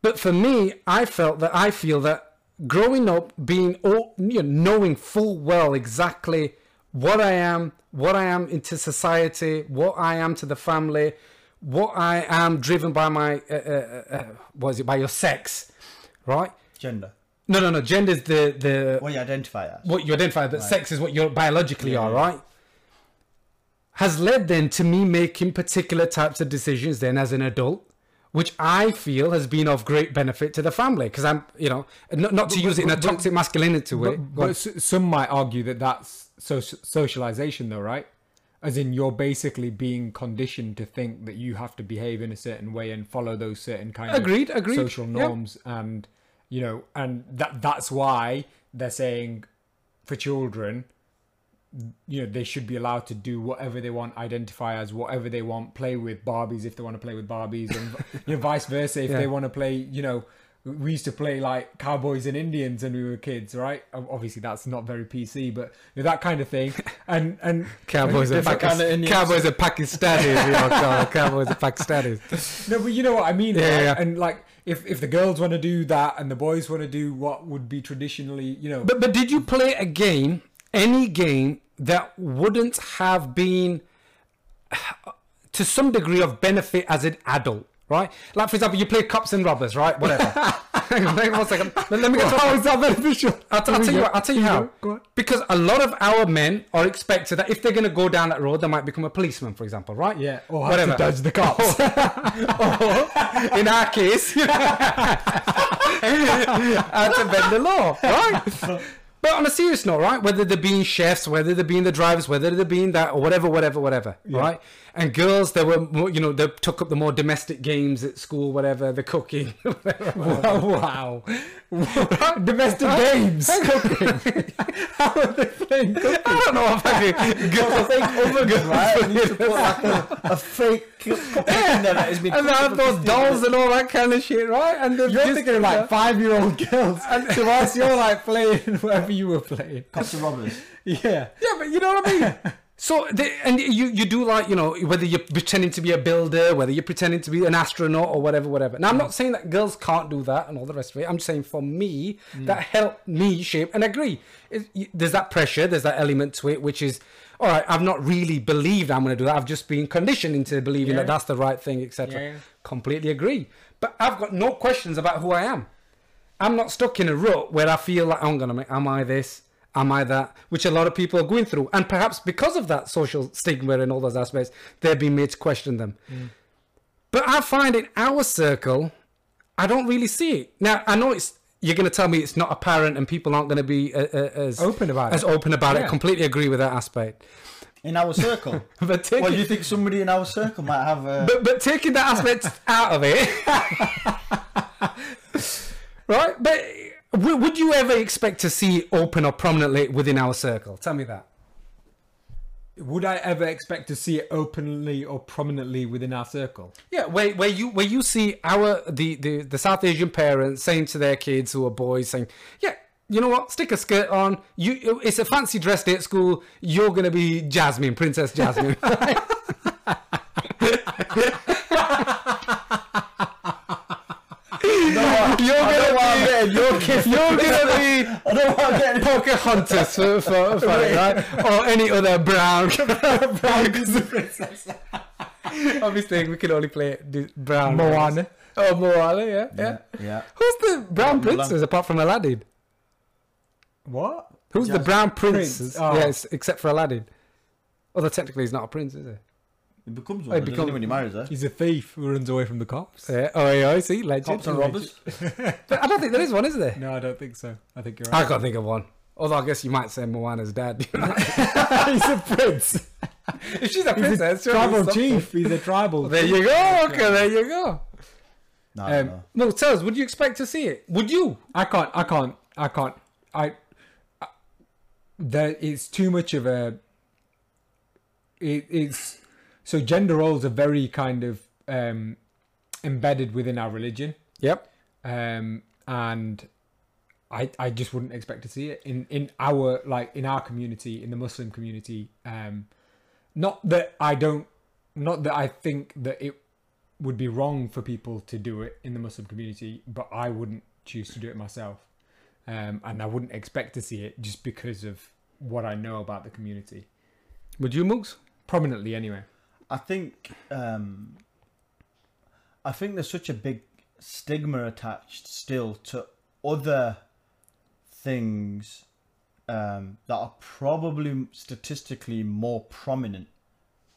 A: But for me, I felt that I feel that growing up, being all, you know, knowing full well exactly what I am, what I am into society, what I am to the family, what I am driven by my uh, uh, uh, what is it by your sex, right?
E: Gender.
A: No, no, no. Gender is the the
E: What do you identify as?
A: what you identify that sex is what you biologically are, right? Has led then to me making particular types of decisions then as an adult, which I feel has been of great benefit to the family because I'm, you know, not, not to use it in a toxic masculinity way.
B: But,
A: Go on.
B: but s- some might argue that that's so- socialization, though, right? As in, you're basically being conditioned to think that you have to behave in a certain way and follow those certain kind
A: Agreed,
B: of
A: agreed,
B: social
A: yeah.
B: norms, and you know, and that that's why they're saying for children, you know, they should be allowed to do whatever they want, identify as whatever they want, play with Barbies if they want to play with Barbies, and you know, vice versa if they want to play. You know, we used to play like cowboys and Indians when we were kids, right? Ob- Obviously, that's not very PC, but you know, that kind of thing. And and
A: Cowboys are
E: Different kind of
A: Pakistan.
E: Indians.
A: Cowboys are Pakistanis. you know, cow- Cowboys are Pakistanis.
B: no, but you know what I mean.
A: Yeah,
B: right?
A: yeah.
B: And like, if if the girls want to do that and the boys want to do what would be traditionally, you know,
A: But but did you play a game, any game that wouldn't have been to some degree of benefit as an adult, right? Like for example, you play cops and robbers, right? Whatever. Hang on, hang on one second. Let, let me get. How is that beneficial? I'll, t- I'll tell you. What, I'll tell you how.
B: go on.
A: Because a lot of our men are expected that if they're going to go down that road, they might become a policeman, for example, right?
B: yeah, or have to dodge the cops.
A: in our case, had to bend the law, right? But on a serious note, right? Whether they're being chefs, whether they're being the drivers, whether they're being that or whatever, whatever, whatever, right? And girls, they were, more, you know, they took up the more domestic games at school, whatever, the cooking,
B: wow. Domestic games. How are they playing cooking?
A: I don't know if I could
E: Right? You need to put like a, a fake cup in there that has been
A: And they
E: cooked
A: have
E: up
A: those
E: with
A: dolls and all that kind of shit, right? And they're
B: You're
A: just-
B: thinking of like five year old girls. And so whilst you're like playing whatever you were playing.
E: cops and robbers.
B: Yeah.
A: Yeah, but you know what I mean. So they, and you you do like you know whether you're pretending to be a builder, whether you're pretending to be an astronaut or whatever, whatever. Now I'm not saying that girls can't do that and all the rest of it. I'm just saying for me that helped me shape and agree. It, y- there's that pressure, there's that element to it, which is all right, I've not really believed I'm going to do that. I've just been conditioned into believing
B: Yeah.
A: that that's the right thing, etc.
B: Yeah, yeah.
A: Completely agree. But I've got no questions about who I am. I'm not stuck in a rut where I feel like I'm gonna make am I this? Am I that? Which a lot of people are going through. And perhaps because of that social stigma and all those aspects, they're being made to question them.
B: Mm.
A: But I find in our circle, I don't really see it. Now I know it's you're going to tell me it's not apparent and people aren't going to be uh, uh, as
B: Open about
A: as
B: it.
A: open about it.
B: Yeah.
A: Completely agree with that aspect.
C: in our circle.
A: But taking,
C: well, you think somebody in our circle might have uh, a
A: but, but taking that aspect out of it, right? But w- would you ever expect to see it open or prominently within our circle? Tell me that.
B: Would I ever expect to see it openly or prominently within our circle?
A: Yeah, where, where you where you see our the, the the South Asian parents saying to their kids who are boys saying, yeah, you know what, stick a skirt on. You it's a fancy dress day at school. You're gonna be Jasmine, Princess Jasmine. you're gonna be you're gonna be Pocahontas for, for, for it, right? or any other brown brown princess. Obviously, we can only play the brown.
B: Moana.
A: Oh, Moana, yeah, yeah.
C: yeah.
A: Who's the brown princess apart from Aladdin?
B: What?
A: Who's the brown prince?
B: Prince, oh.
A: Yes, except for Aladdin. Although technically he's not a prince, is he?
C: It becomes one. It
A: become-
C: becomes when he marries her.
B: He's a thief who runs away from the cops.
A: Yeah. Oh, yeah, I see. Legend.
C: Cops and robbers.
A: But I don't think there is one, is there?
B: No, I don't think so. I think you're
A: I
B: right.
A: can't think of one. Although I guess you might say Moana's dad.
B: He's a prince.
A: if she's a
B: He's a
A: princess, surely
B: tribal
A: something.
B: chief. He's a tribal.
A: There you go. Okay, there you go.
C: No,
A: Um,
C: no.
A: no, tell us. Would you expect to see it? Would you?
B: I can't. I can't. I can't. I. I there, it's too much of a. It, it's so gender roles are very kind of um, embedded within our religion,
A: Yep.
B: um, and I I just wouldn't expect to see it in in our like in our community in the Muslim community. Um, not that I don't. Not that I think that it would be wrong for people to do it in the Muslim community, but I wouldn't choose to do it myself. Um, and I wouldn't expect to see it just because of what I know about the community.
A: Would you, Mugs?
B: Prominently, anyway.
C: I think um, I think there's such a big stigma attached still to other things um, that are probably statistically more prominent.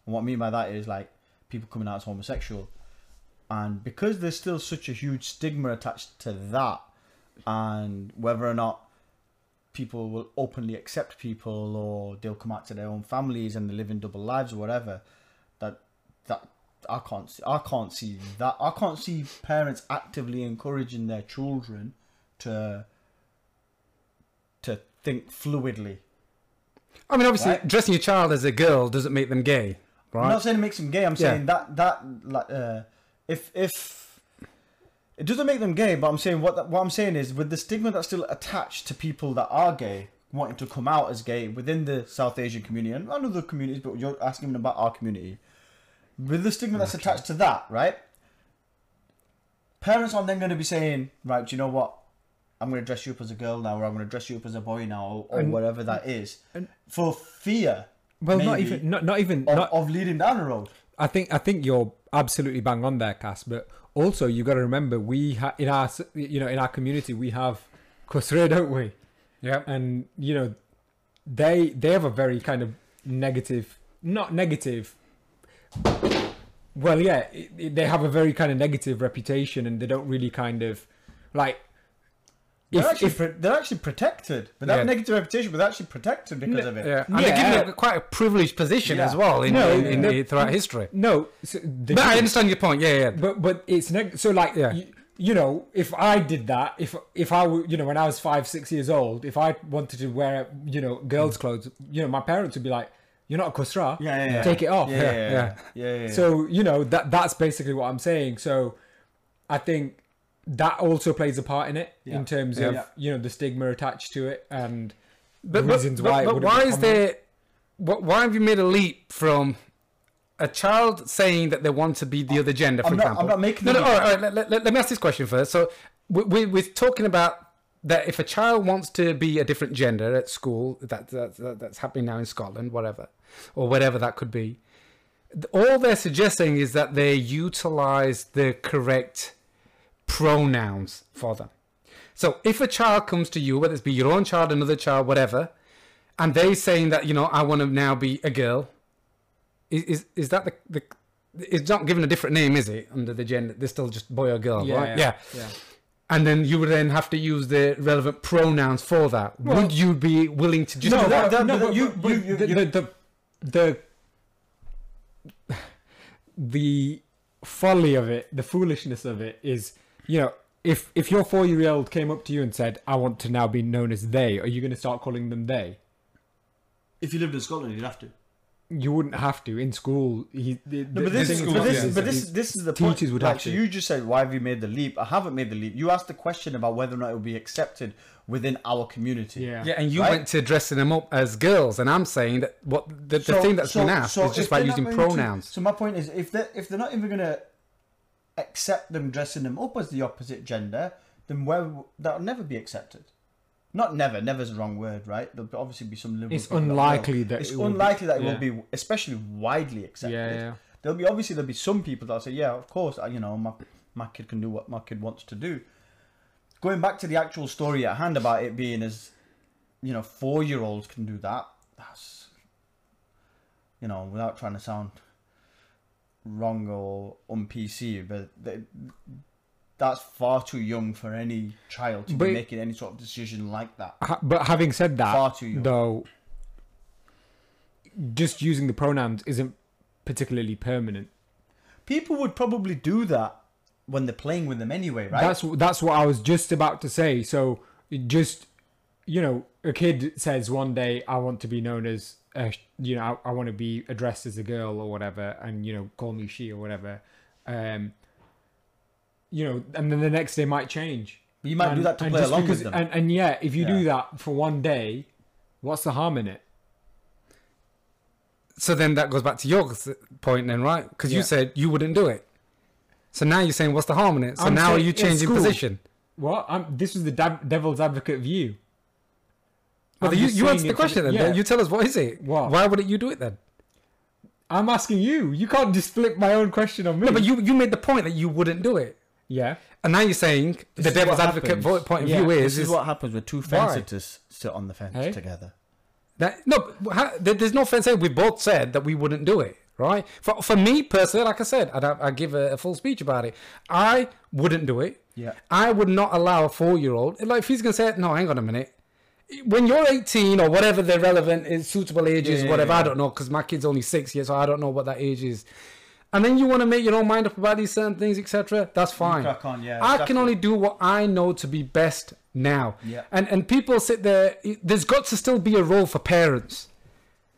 C: And what I mean by that is like people coming out as homosexual, and because there's still such a huge stigma attached to that, and whether or not people will openly accept people or they'll come out to their own families and they live in double lives or whatever that that I can't see I can't see that I can't see parents actively encouraging their children to to think fluidly.
A: I mean, obviously,
C: Right.
A: dressing your child as a girl doesn't make them gay,
C: I'm
A: right?
C: not saying it makes them gay. I'm saying that that like uh, if if it doesn't make them gay, but I'm saying what what I'm saying is with the stigma that's still attached to people that are gay wanting to come out as gay within the South Asian community and and other communities, but you're asking me about our community. With the stigma that's attached to that, right? Parents aren't then going to be saying, right, do you know what? I'm going to dress you up as a girl now, or I'm going to dress you up as a boy now, or, or whatever that is, for fear.
B: Well, not
C: maybe,
B: even. Not, not even.
C: of,
B: not,
C: of leading down the road.
B: I think I think you're absolutely bang on there, Cass. But also, you got to remember we ha- in our s- you know in our community we have Kusre, don't we?
A: Yep.
B: And you know, they they have a very kind of negative, not negative. Well, yeah, it, it- they have a very kind of negative reputation, and they don't really kind of like.
C: They're,
B: If,
C: actually,
B: if,
C: pro- they're actually protected. Without
A: Yeah.
C: negative reputation, but they're actually protected because of it.
A: Yeah, and they're
B: Yeah.
A: given a, quite a privileged position
C: Yeah.
A: as well in,
B: No,
A: in, in,
B: they're-
A: throughout history.
B: no, so the-
A: But I understand your point. Yeah, yeah.
B: but but it's neg- so like
A: Yeah.
B: you, you know if i did that if if i were you know when i was five six years old if i wanted to wear you know girls clothes you know my parents would be like you're not a kusra
C: Mm. Yeah, yeah, yeah.
B: take it off
C: Yeah, yeah, yeah. yeah, yeah, yeah.
B: so you know that that's basically what i'm saying so i think that also plays a part in it in terms of
C: Yeah.
B: you know the stigma attached to it and
A: But,
B: the
A: but-
B: reasons
A: but-
B: why it
A: But
B: would've
A: why
B: been
A: is
B: prominent.
A: there? What, why have you made a leap from a child saying that they want to be the other gender? For
C: I'm not-
A: example,
C: I'm not making
A: No,
C: the
A: no.
C: leap.
A: All right, all right let, let- let me ask this question first. So we, we, we're talking about that if a child wants to be a different gender at school, that, that, that that's happening now in Scotland, whatever, or whatever that could be. th- All they're suggesting is that they utilize the correct pronouns for them. So if a child comes to you, whether it's be your own child, another child, whatever, and they saying that you know I want to now be a girl, is is, is that the, the it's not given a different name, is it? Under the gender, they're still just boy or girl,
B: Yeah,
A: right?
B: yeah,
A: yeah
B: yeah.
A: and then you would then have to use the relevant pronouns for that. would you be willing to just
B: no,
A: do that?
B: but-
C: that-
B: no,
C: that-
B: but-
C: you-
B: but-
C: you- you-
B: the,
C: you-
B: the, the the the folly of it, the foolishness of it is, you know, if if your four year old came up to you and said, "I want to now be known as they," are you going to start calling them they?
E: If you lived in Scotland, you'd have to.
B: You wouldn't have to in school. He, the,
C: No, but this,
B: the
C: is,
B: thing
C: but, this,
B: yeah,
C: but this,
B: is-
C: this is the
B: teachers
C: point.
B: would
C: like,
B: have
C: so
B: to.
C: you just said, why have you made the leap? I haven't made the leap. You asked the question about whether or not it would be accepted within our community.
B: yeah.
A: Yeah, and you
C: Right.
A: went to dressing them up as girls, and I'm saying that what the, the
C: So-
A: thing that's
C: so-
A: been asked
C: so
A: is just
C: if
A: by
C: they're not
A: using
C: going to-
A: pronouns.
C: so my point is, if they if they're not even going to accept them dressing them up as the opposite gender, then where that'll never be accepted. Not never. Never's the wrong word, right? There'll obviously be some liberal.
B: It's
C: people that will.
B: unlikely that
C: it's
B: it will be-
C: unlikely that it will
B: yeah.
C: be, especially widely accepted.
B: Yeah, yeah.
C: There'll be obviously there'll be some people that'll say, yeah, of course, I, you know, my my kid can do what my kid wants to do. Going back to the actual story at hand about it being as, you know, four year olds can do that. That's, you know, without trying to sound wrong or on PC, but th that's far too young for any child to
B: But-
C: be making any sort of decision like that.
B: Ha- but having said that,
C: Far too young.
B: though, just using the pronouns isn't particularly permanent.
C: People would probably do that when they're playing with them anyway, right?
B: That's that's what I was just about to say. So just you know, a kid says one day, "I want to be known as a, you know, I, I want to be addressed as a girl or whatever," and you know, call me she or whatever. Um, you know, and then the next day might change.
C: you might do
B: And-
C: that to
B: and
C: play
B: just
C: along
B: because-
C: with them.
B: And, and yeah, if you do
C: Yeah.
B: that for one day, what's the harm in it?
A: So then that goes back to your s- point, then, right? Because you
B: Yeah.
A: said you wouldn't do it. So now you're saying, what's the harm in it? So
B: I'm
A: now are
B: saying
A: you
B: in
A: changing
B: school.
A: position?
B: What? I'm, this is the dav- devil's advocate view.
A: Well,
B: I'm
A: you,
B: just
A: you
B: saying
A: answer
B: it
A: the
B: for
A: question then.
B: yeah.
A: You tell us what is it?
B: What?
A: Why wouldn't you do it then?
B: I'm asking you. You can't just flip my own question on me.
A: But you you made the point that you wouldn't do it,
B: yeah.
A: and now you're saying the
C: is
A: devil's
C: what
A: advocate
C: happens.
A: vo- point of
B: Yeah,
A: view
C: This
A: is,
C: is
A: is
C: what happens when two
A: Why?
C: fences sit on the fence
B: Hey?
C: together.
A: That no, but how, there- there's no fence. here. We both said that we wouldn't do it, right? For for me personally, like I said, I don't, I give a, a full speech about it. I wouldn't do it.
C: Yeah.
A: I would not allow a four year old like if he's gonna say, no, hang on a minute. When you're 18 or whatever the relevant is suitable age is,
C: Yeah, yeah,
A: whatever I
C: yeah.
A: don't know because my kid's only six years, so I don't know what that age is. And then you want to make your own mind up about these certain things, etc. That's fine.
C: crack on, yeah,
A: I can
C: exactly.
A: only only do what I know to be best now.
C: Yeah.
A: And and people sit there. There's got to still be a role for parents.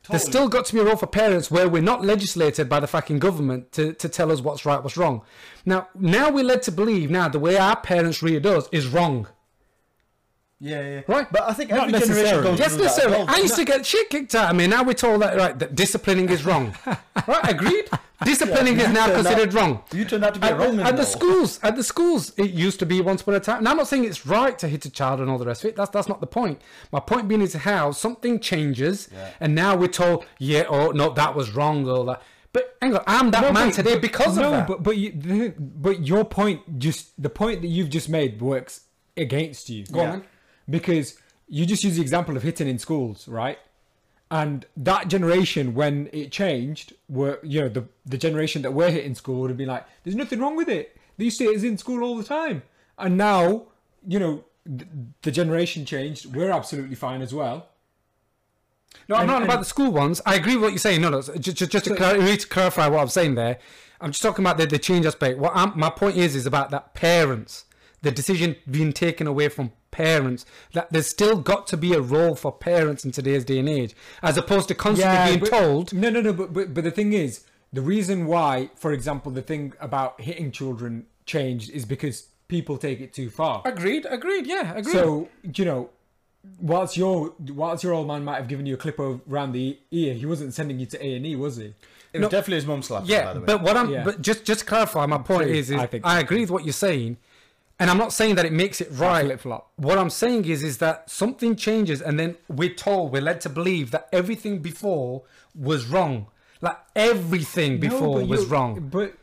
A: There's still got to be a role for parents where we're not legislated by the fucking government to, to tell us what's right, what's wrong. Now, now we're led to believe now the way our parents read us is wrong.
C: Yeah, yeah.
A: Right.
C: But I think
B: Not
C: every generation
B: necessarily.
C: goes
A: Yes,
C: through that.
A: necessarily.
C: Well,
A: I used to get shit kicked out of me. Now we're told that right, that disciplining is wrong. right? Agreed. Disciplining is now
C: turned out-
A: considered wrong.
C: You turned out to be
A: At,
C: a wrong
A: at the
C: though.
A: schools, at the schools, it used to be once upon a time. Now I'm not saying it's right to hit a child and all the rest of it. That's that's not the point. My point being is how something changes, and now we're told, yeah, oh no, that was wrong, all that. But hang on, I'm that man
B: but-
A: today
B: but-
A: because
B: no,
A: of that.
B: but but you, the- but your point just the point that you've just made works against you.
A: Go on, Yeah. man.
B: Because you just use the example of hitting in schools, right? And that generation, when it changed, were you know the the generation that we're hitting school would have been like, "There's nothing wrong with it. They used to hit us in school all the time." And now, you know, th- the generation changed. We're absolutely fine as well.
A: No, I'm
B: And-
A: not
B: and-
A: about the school ones. I agree with what you're saying. No, no. Just, just, to, clar- really to clarify what I'm saying there, I'm just talking about the, the change aspect. What I'm, my point is is about that parents, the decision being taken away from parents. That there's still got to be a role for parents in today's day and age, as opposed to constantly being
B: but-
A: told.
B: No, no, no. But, but but the thing is, the reason why, for example, the thing about hitting children changed is because people take it too far.
A: Agreed. Agreed. Yeah. Agreed.
B: So you know, whilst your whilst your old man might have given you a clip of round the ear, he wasn't sending you to A and E, was he?
C: It was definitely his mum slapping,
A: yeah,
C: by the way.
A: but what I'm
B: Yeah.
A: but just just to clarify my point
B: True,
A: is, is I,
B: I think-
A: agree with what you're saying. And I'm not saying that it makes it right.
B: flip flop.
A: What I'm saying is, is that something changes, and then we're told, we're led to believe that everything before was wrong. Like everything before
B: but
A: was
B: you-
A: wrong.
B: But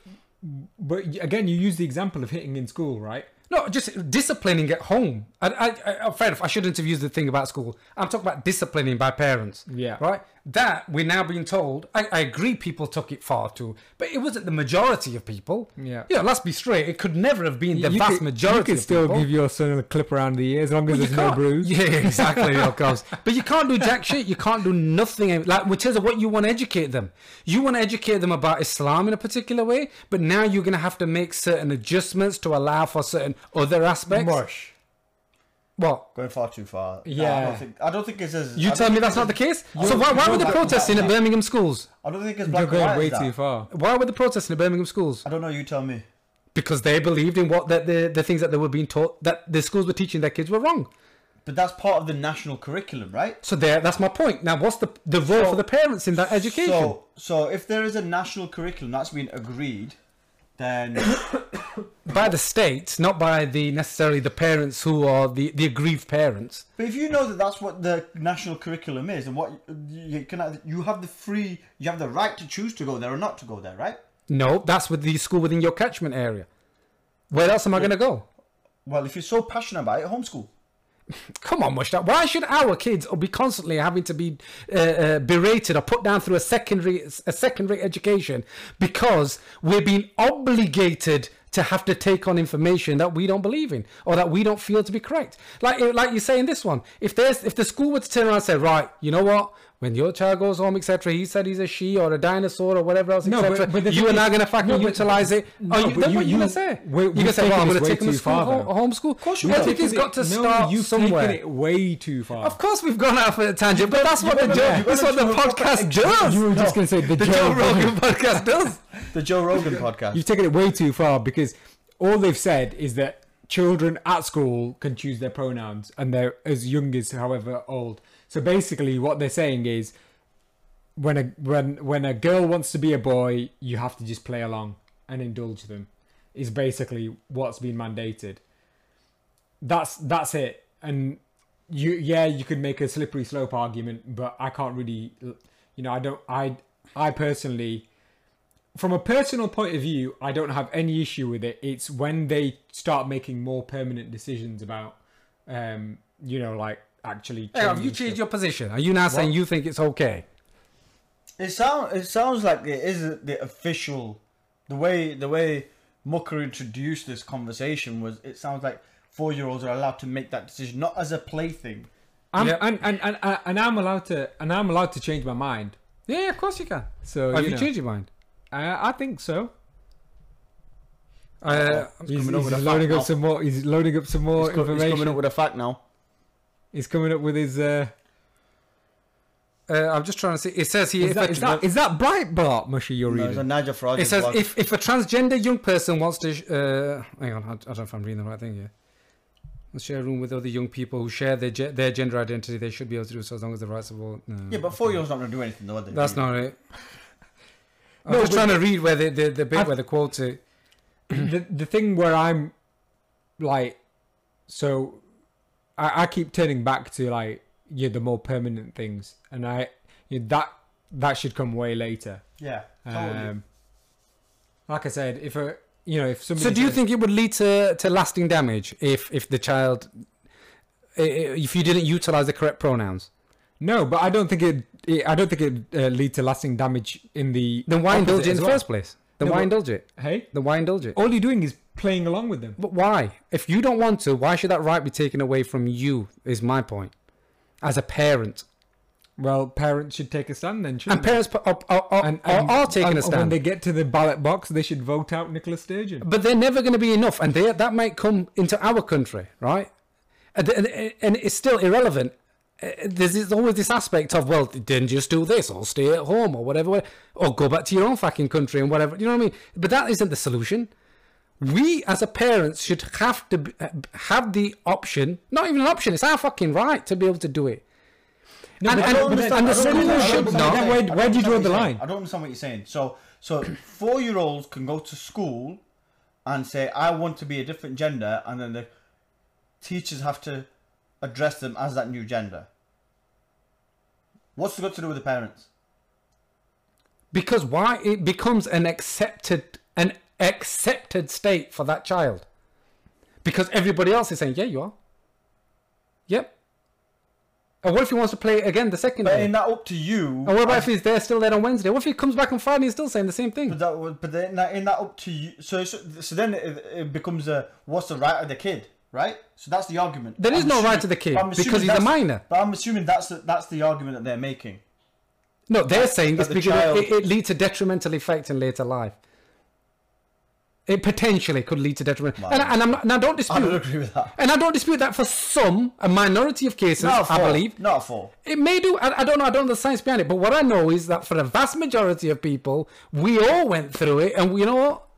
B: but y- again, you use the example of hitting in school, right?
A: No, just disciplining at home. I, I, I, oh, fair enough. I shouldn't have used the thing about school. I'm talking about disciplining by parents.
B: Yeah.
A: Right. That we're now being told. I, I agree. People took it far too, but it wasn't the majority of people.
B: Yeah.
A: Yeah. Let's be straight. It could never have been the
B: you
A: vast
B: could,
A: majority.
B: You could
A: of
B: still
A: people.
B: give your son a clip around the ear as long as
A: You
B: there's no
A: can't-
B: bruise.
A: Yeah, exactly, of course. But you can't do jack shit. You can't do nothing. Like, which is what you want to educate them. You want to educate them about Islam in a particular way, but now you're going to have to make certain adjustments to allow for certain other aspects.
B: Mush.
A: What?
E: Going far too far.
B: Yeah.
E: I don't think, I don't think it's as.
A: You
E: I
A: tell
E: don't
A: me
E: think
A: that's
E: it's
A: not the
E: as-
A: case?
E: I
A: So
E: don't
A: why,
E: think
A: why were
E: it's
A: the
E: black and
A: protesting
E: white.
A: at Birmingham schools?
E: I don't think it's black
B: You're
E: and
B: going
E: white
B: way
E: as that.
B: too far.
A: Why were the protesting at Birmingham schools?
E: I don't know. You tell me.
A: Because they believed in what the, the, the things that they were being taught, that the schools were teaching their kids were wrong.
E: But that's part of the national curriculum, right?
A: So there, that's my point. Now, what's the, the role for the parents in that education?
E: So, so if there is a national curriculum that's been agreed, then
A: by the state, not by the necessarily the parents who are the, the aggrieved parents.
E: but if you know that that's what the national curriculum is, and what you can, either- you have the free, you have the right to choose to go there or not to go there, right?
A: No, that's with the school within your catchment area. Where else am I going to go?
E: Well, if you're so passionate about it, homeschool.
A: Come on, Mushta. Why should our kids be constantly having to be uh, uh, berated or put down through a secondary a secondary education because we're being obligated to have to take on information that we don't believe in or that we don't feel to be correct? Like eh, like you say in this one, if there's if the school were to turn around and say, right, you know what? When your child goes home, etc., he said he's a she or a dinosaur or whatever else,
B: No, but-
A: etc.
B: but the
A: you
B: thing
A: are now
B: is-
A: going to fucking
B: no, but-
A: utilize it.
B: no,
A: Are you, then
B: but you-
A: what are you,
B: you-
A: going to say?
B: we-
A: You're going to
B: we've
A: say, well,
B: taken
A: I'm
B: this
A: going to
B: way
A: take him to
B: too
A: school,
B: far,
A: ho-
B: though.
A: homeschool. Of course
B: You
A: I
B: took
A: think it's
B: it-
A: got to
B: no,
A: start
B: you've
A: somewhere.
B: taken it way too far.
A: Of course, we've gone off on a tangent, but that's what the
E: remember-
A: jo-
E: you
A: that's what
E: remember
A: the
E: Joe Rogan-
A: podcast does.
B: you were just going to say the,
A: the Joe Rogan podcast does.
E: The Joe Rogan podcast.
B: You've taken it way too far because all they've said is that children at school can choose their pronouns and they're as young as however old. So basically, what they're saying is when a when when a girl wants to be a boy, you have to just play along and indulge them. Is basically what's been mandated. That's that's it. And you yeah, you could make a slippery slope argument, but I can't really, you know, I don't I I personally from a personal point of view, I don't have any issue with it. It's when they start making more permanent decisions about, um, you know, like actually.
A: Hey, have you
B: changing
A: changed
B: stuff.
A: your position? Are you now saying you think it's okay?
E: It sounds it sounds like it is the official the way the way Mucker introduced this conversation was it sounds like four year olds are allowed to make that decision not as a plaything.
B: I'm,
A: Yeah.
B: and, and, and, and and I'm allowed to and I'm allowed to change my mind.
A: Yeah, yeah, of course you can.
B: So
A: have
B: you
A: you,
B: know.
A: changed your mind?
B: I, I think so.
A: Uh,
B: He's,
E: coming up
B: he's
E: with a
B: loading
E: fact
B: up
E: now.
B: some more. He's loading up some more
E: It's co- it's
B: information.
E: coming up with a fact now.
B: he's coming up with his. Uh,
A: uh, I'm just trying to see. It says here.
B: is,
A: If
B: that,
A: a,
B: is that is that Breitbart, Mushy? You're
E: No, it's
B: reading?
E: a Nigel Farage.
A: it says
E: blog.
A: if, if a transgender young person wants to. Sh- uh, hang on, I, I don't know if I'm reading the right thing here. Let's share a room with other young people who share their ge- their gender identity. They should be able to do so as long as the rights of all. No.
E: yeah, but four year olds not going to do anything though. Are they?
A: That's not it. I'm
B: No,
A: just
B: but-
A: trying to read where the, the, the bit
B: I've-
A: where the quote it.
B: the the thing where I'm like so I, I keep turning back to like yeah the more permanent things and I yeah, that that should come way later.
E: Yeah,
A: Oh,
E: totally.
B: Um, like I said, if a you know if somebody
A: So do you
B: says-
A: think it would lead to, to lasting damage if if the child i- i- if you didn't utilize the correct pronouns?
B: no? But I don't think it, it I don't think it uh, lead to lasting damage in the
A: Then why
B: opposite
A: indulge it in
B: as
A: the
B: well.
A: first place? Then
B: No,
A: why
B: but-
A: indulge it?
B: Hey,
A: Then why indulge it?
B: all you're doing is playing along with them.
A: But why? If you don't want to, why should that right be taken away from you? Is my point. As a parent,
B: Well, parents should take a stand then,
A: and
B: shouldn't
A: parents p- are, are, are, are, are taking
B: and
A: a
B: When
A: stand.
B: they get to the ballot box, they should vote out Nicola Sturgeon.
A: but they're never going to be enough, and they, that might come into our country, right? And, and, and it's still irrelevant. Uh, There's this- always this aspect of well, then just do this, or stay at home, or whatever, or go back to your own fucking country and whatever. You know what I mean? But that isn't the solution. We as a parents should have to be- have the option, not even an option. It's our fucking right to be able to do it. and,
B: but I
A: and-
B: don't
A: and
B: understand-
A: the
B: I don't
A: school
B: understand- I
A: should
B: don't
A: not.
B: understand- where- where do you
E: I
B: draw
E: understand what
B: the
E: you're
B: line?
E: saying. I don't understand what you're saying. So, so four year olds can go to school
C: and say I want to be a different gender, and then the teachers have to address them as that new gender. What's it got to do with the parents?
A: Because why? It becomes an accepted an accepted state for that child. Because everybody else is saying, "Yeah, you are." Yep. And what if he wants to play again the second
C: But
A: day?
C: ain't that up to you?
A: and what about if he's there still there on Wednesday? What if he comes back on Friday and he's still saying the same thing?
C: But that would, but then that, ain't that up to you? So, so, so then it, it becomes a what's the right of the kid, right? So that's the argument.
A: There is no right to the kid,
C: but I'm assuming
A: because he's a
C: that's-
A: minor.
C: But I'm assuming that's the, that's the argument that they're making.
A: No, they're saying
C: that
A: it's
C: the
A: because
C: child-
A: it, it leads to detrimental effect in later life. It potentially could lead to detrimental. And, and I'm not, and I don't dispute.
C: I don't agree with that.
A: And I don't dispute that for some, a minority of cases,
C: Not a
A: I
C: four.
A: believe,
C: Not a four.
A: It may do. I, I don't know. I don't know the science behind it. But what I know is that for the vast majority of people, we all went through it, and we you know what?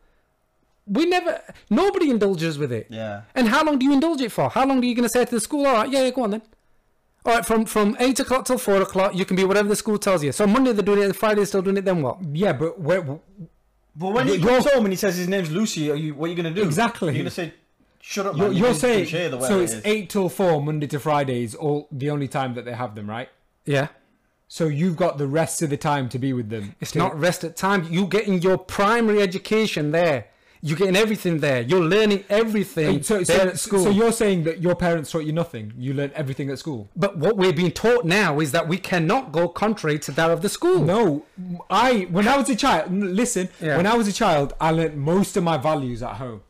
A: We never. Nobody indulges with it.
C: Yeah.
A: And how long do you indulge it for? How long are you going to say to the school, "All right, yeah, yeah, go on then." All right, from from eight o'clock till four o'clock, you can be whatever the school tells you. So Monday they're doing it, Friday they're still doing it. Then what?
B: Yeah, but where,
C: But when he
A: But you're-
C: comes home and he says his name's Lucy, are you, what are you going to do?
B: Exactly.
C: You're going to say, shut up,
B: You're,
C: man.
B: you're
C: didn't
B: saying
C: touche the way
B: so?
C: it
B: It's
C: is."
B: eight till four, Monday to Friday is all the only time that they have them, right?
A: Yeah.
B: So you've got the rest of the time to be with them.
A: It's not rest at time. You're getting your primary education there. You're getting everything there. You're learning everything
B: So,
A: there
B: so,
A: at school.
B: so you're saying that your parents taught you nothing. You learned everything at school.
A: But what we're being taught now is that we cannot go contrary to that of the school.
B: No, I when I was a child. n- Listen,
A: Yeah.
B: when I was a child, I learnt most of my values at home.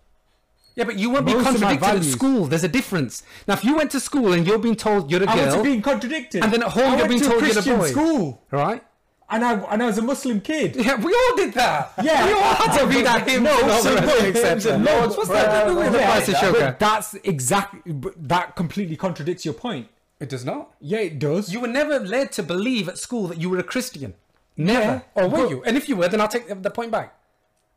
A: Yeah, but you won't be
B: Most of my
A: contradicted at
B: values-
A: school. There's a difference. Now, if you went to school and you're being told you're a
B: I went
A: girl,
B: to being contradicted,
A: And then at home
B: I
A: you're
B: went
A: being
B: to a
A: told you're the
B: Christian
A: boy.
B: school,
A: right?
B: and I and I was a Muslim kid.
A: Yeah, we all did that.
B: Yeah.
A: we all had to be that hymn.
B: No, so- no,
A: exception.
B: no,
A: Lords, what's that to do with the
B: Yeah,
A: price of
B: but
A: sugar?
B: that's exactly but that completely contradicts your point.
A: It does not.
B: Yeah, it does.
A: You were never led to believe at school that you were a Christian. Never, or were
B: but-
A: you? And if you were, then I'll take the- the point back.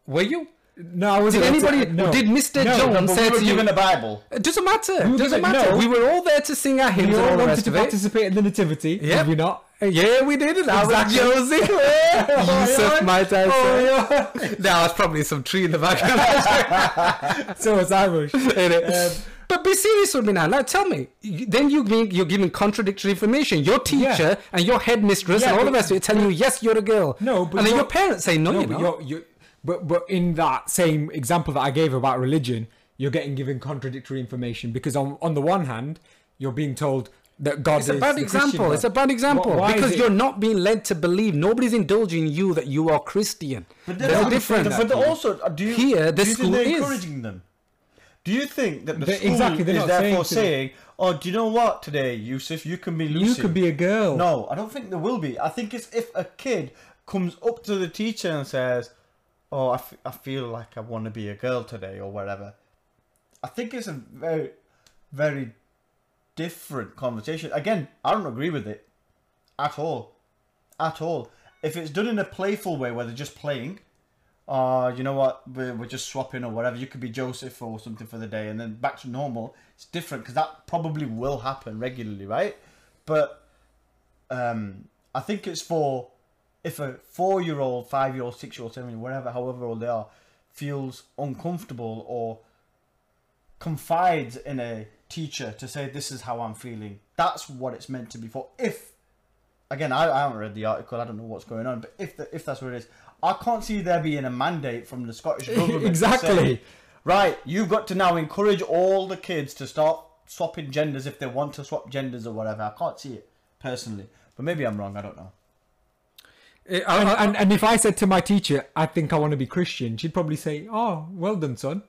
A: Were you?
B: no, I wasn't.
A: Did
B: That's-
A: anybody?
B: no.
A: Did Mister
B: No,
A: Jones
C: But
A: say
C: we were
A: to you?
C: given a Bible.
A: It doesn't matter.
B: were
A: doesn't
B: given-
A: matter.
B: no.
A: We were all there to sing our hymns
B: We
A: and all
B: all
A: the
B: wanted
A: rest
B: to
A: of it.
B: participate in the nativity.
A: Yeah.
B: Did we not?
A: Yeah, we did it. I was
B: Exactly.
A: Josie. you
B: yeah.
A: suck my time,
B: Oh,
A: sir. Now it's probably some tree in the background.
B: So was Irish.
A: Um, but be serious with me now. Like, tell me. You- Then you mean you're giving contradictory information. Your teacher and your headmistress
B: Yeah,
A: and all the
B: but-
A: rest of it telling you, yes, you're a girl.
B: No,
A: and
B: but
A: then
B: you're-
A: your parents say, no,
B: No,
A: you're
B: but
A: not.
B: you're, you're, but but in that same example that I gave about religion, you're getting given contradictory information because on on the one hand, you're being told that God
A: It's
B: is
A: a bad
B: the Christian
A: example.
B: God.
A: It's a bad example
B: Why- why is
A: because
B: it-
A: you're not being led to believe. Nobody's indulging you that you are Christian.
C: But then-
A: There's a
C: but-
A: difference.
C: But, they're also, uh, do you,
A: Here, the
C: do you
A: school
C: think they're
A: is.
C: encouraging them? Do you think that the
B: They're-
C: school
B: exactly, they're
C: is
B: not saying
C: therefore
B: to them-
C: saying, "Oh, do you know what? Today, Yusuf, you can be Lucy.
B: you could be a girl.
C: No, I don't think there will be. I think it's if a kid comes up to the teacher and says, "Oh, I, f- I feel like I want to be a girl today," or whatever. I think it's a very, very different conversation. Again, I don't agree with it at all, at all. If it's done in a playful way where they're just playing, uh, you know what, we're, we're just swapping or whatever. You could be Joseph or something for the day, and then back to normal. It's different because that probably will happen regularly, right? But um, I think it's for if a four-year-old, five-year-old, six-year-old, seven-year-old, whatever, however old they are, feels uncomfortable or confides in a teacher to say this is how I'm feeling. That's what it's meant to be for. If again, I, I haven't read the article, I don't know what's going on, but if the, if that's what it is, I can't see there being a mandate from the Scottish government. to
B: Exactly.
C: say, right, you've got to now encourage all the kids to start swapping genders if they want to swap genders or whatever. I can't see it personally, but maybe I'm wrong. I don't know.
B: And, and and if I said to my teacher, I think I want to be Christian, she'd probably say, "Oh, well done, son,"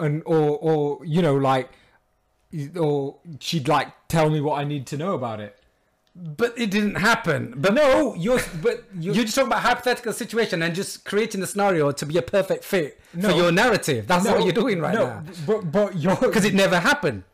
B: and or or you know like, or she'd like tell me what I need to know about it.
A: But it didn't happen. But no, you're but you're, just talking about hypothetical situation and just creating the scenario to be a perfect fit
B: No.
A: for your narrative. That's
B: No,
A: what you're doing right
B: no,
A: now
B: But but you're
A: because it never happened.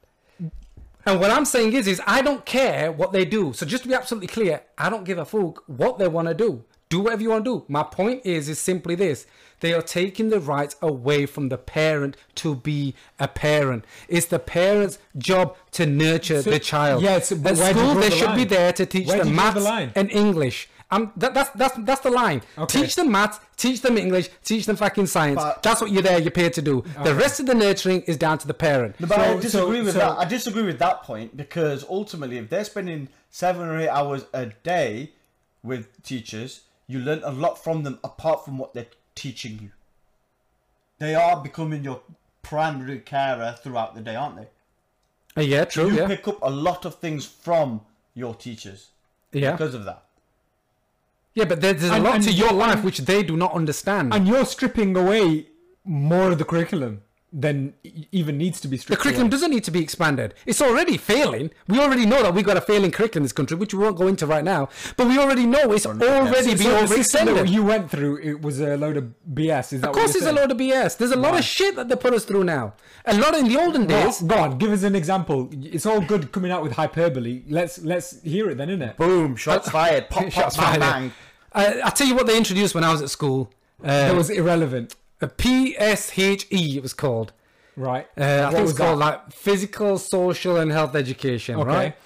A: And what I'm saying is, is I don't care what they do. So just to be absolutely clear, I don't give a fuck what they want to do. Do whatever you want to do. My point is, is simply this: they are taking the rights away from the parent to be a parent. It's the parent's job to nurture
B: So-
A: the child.
B: yes, but
A: at
B: where do you
A: school
B: draw
A: they
B: the
A: should be
B: line?
A: there to teach
B: Where do
A: them
B: you draw
A: maths
B: the line?
A: and English. I'm, that, that's that's that's the line.
B: Okay.
A: Teach them maths, teach them English, teach them fucking science.
C: But-
A: that's what you're there. You're paid to do. The rest of the nurturing is down to the parent.
C: But I
B: So-
C: disagree
B: so-
C: with
B: so-
C: that. I disagree with that point because ultimately, if they're spending seven or eight hours a day with teachers, you learn a lot from them apart from what they're teaching you. They are becoming your primary carer throughout the day, aren't they?
A: Uh, yeah, true.
C: You
A: yeah,
C: pick up a lot of things from your teachers
A: yeah,
C: because of that.
A: yeah. But there, there's a
B: And-
A: lot
B: and-
A: to your life which they do not understand.
B: and you're stripping away more of the curriculum than e- even needs to be
A: the
B: stripped.
A: curriculum
B: away.
A: doesn't need to be expanded. It's already failing. We already know that we got a failing curriculum in this country, which we won't go into right now. But we already know it's already
B: So
A: been
B: the system that
A: overextended.
B: you went through it was a load of BS. Is that
A: Of course,
B: what
A: it's a load of BS. There's a lot of shit that they put us through now. A lot in the olden days.
B: Go on, give us an example. It's all good coming out with hyperbole. Let's let's hear it then, innit?
C: Boom! Shots fired. Pop, pop,
A: Shots
C: bang,
A: fired.
C: bang.
A: I, I tell you what they introduced when I was at school. Uh,
B: That was irrelevant,
A: a PSHE. E, It was called.
B: right?
A: Uh, I think it was,
B: was
A: called like physical, social, and health education,
B: Okay.
A: right?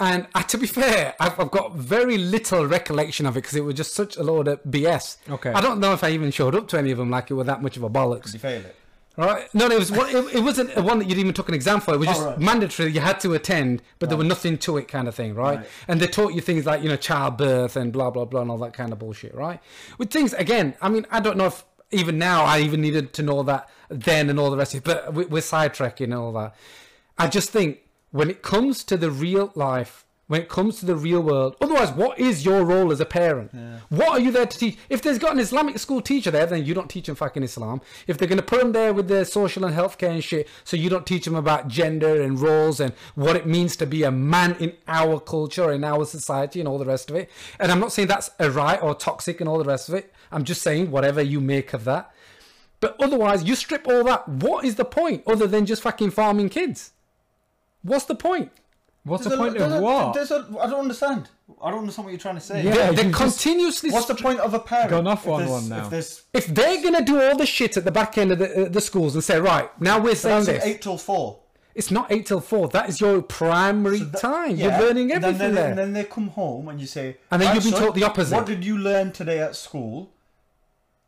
A: And uh, to be fair, I've, I've got very little recollection of it because it was just such a load of BS.
B: Okay.
A: I don't know if I even showed up to any of them like it was that much of a bollocks.
C: You fail it.
A: Right? No, no, it was one, it, it wasn't one that you'd even took an exam for. It was just
C: right.
A: mandatory. You had to attend, but there was nothing to it, kind of thing, right? And they taught you things like you know childbirth and blah blah blah and all that kind of bullshit, right? With things again, I mean, I don't know if even now I even needed to know that then and all the rest of it. But we, we're sidetracking and all that. I just think when it comes to the real life, when it comes to the real world, otherwise, what is your role as a parent? What are you there to teach? If there's got an Islamic school teacher there, then you don't teach them fucking Islam. If they're going to put them there with their social and healthcare and shit, so you don't teach them about gender and roles and what it means to be a man in our culture, in our society, and all the rest of it. And I'm not saying that's a right or toxic and all the rest of it. I'm just saying whatever you make of that. But otherwise, you strip all that. What is the point other than just fucking farming kids? What's the point?
B: What's the
C: There's a-
B: point
C: there's
B: of
C: a-
B: what?
C: there's a- I don't understand. I don't understand what you're trying to say.
B: Yeah,
A: They're, they're
B: you just-
A: continuously.
C: What's the
A: stri-
C: point of a parent?
B: Gone off
C: if
B: on
C: there's-
B: one now.
C: If there's
A: if they're gonna do all the shit at the back end of the, uh, the schools and say, right now we're saying
C: that's an
A: this,
C: eight till four.
A: it's not eight till four. That is your primary
C: That-
A: time.
C: yeah,
A: You're learning
C: and
A: everything
C: then,
A: there.
C: And then they come home and you say,
A: And then
C: "Right,
A: you've been
C: son,
A: taught the opposite."
C: What did you learn today at school?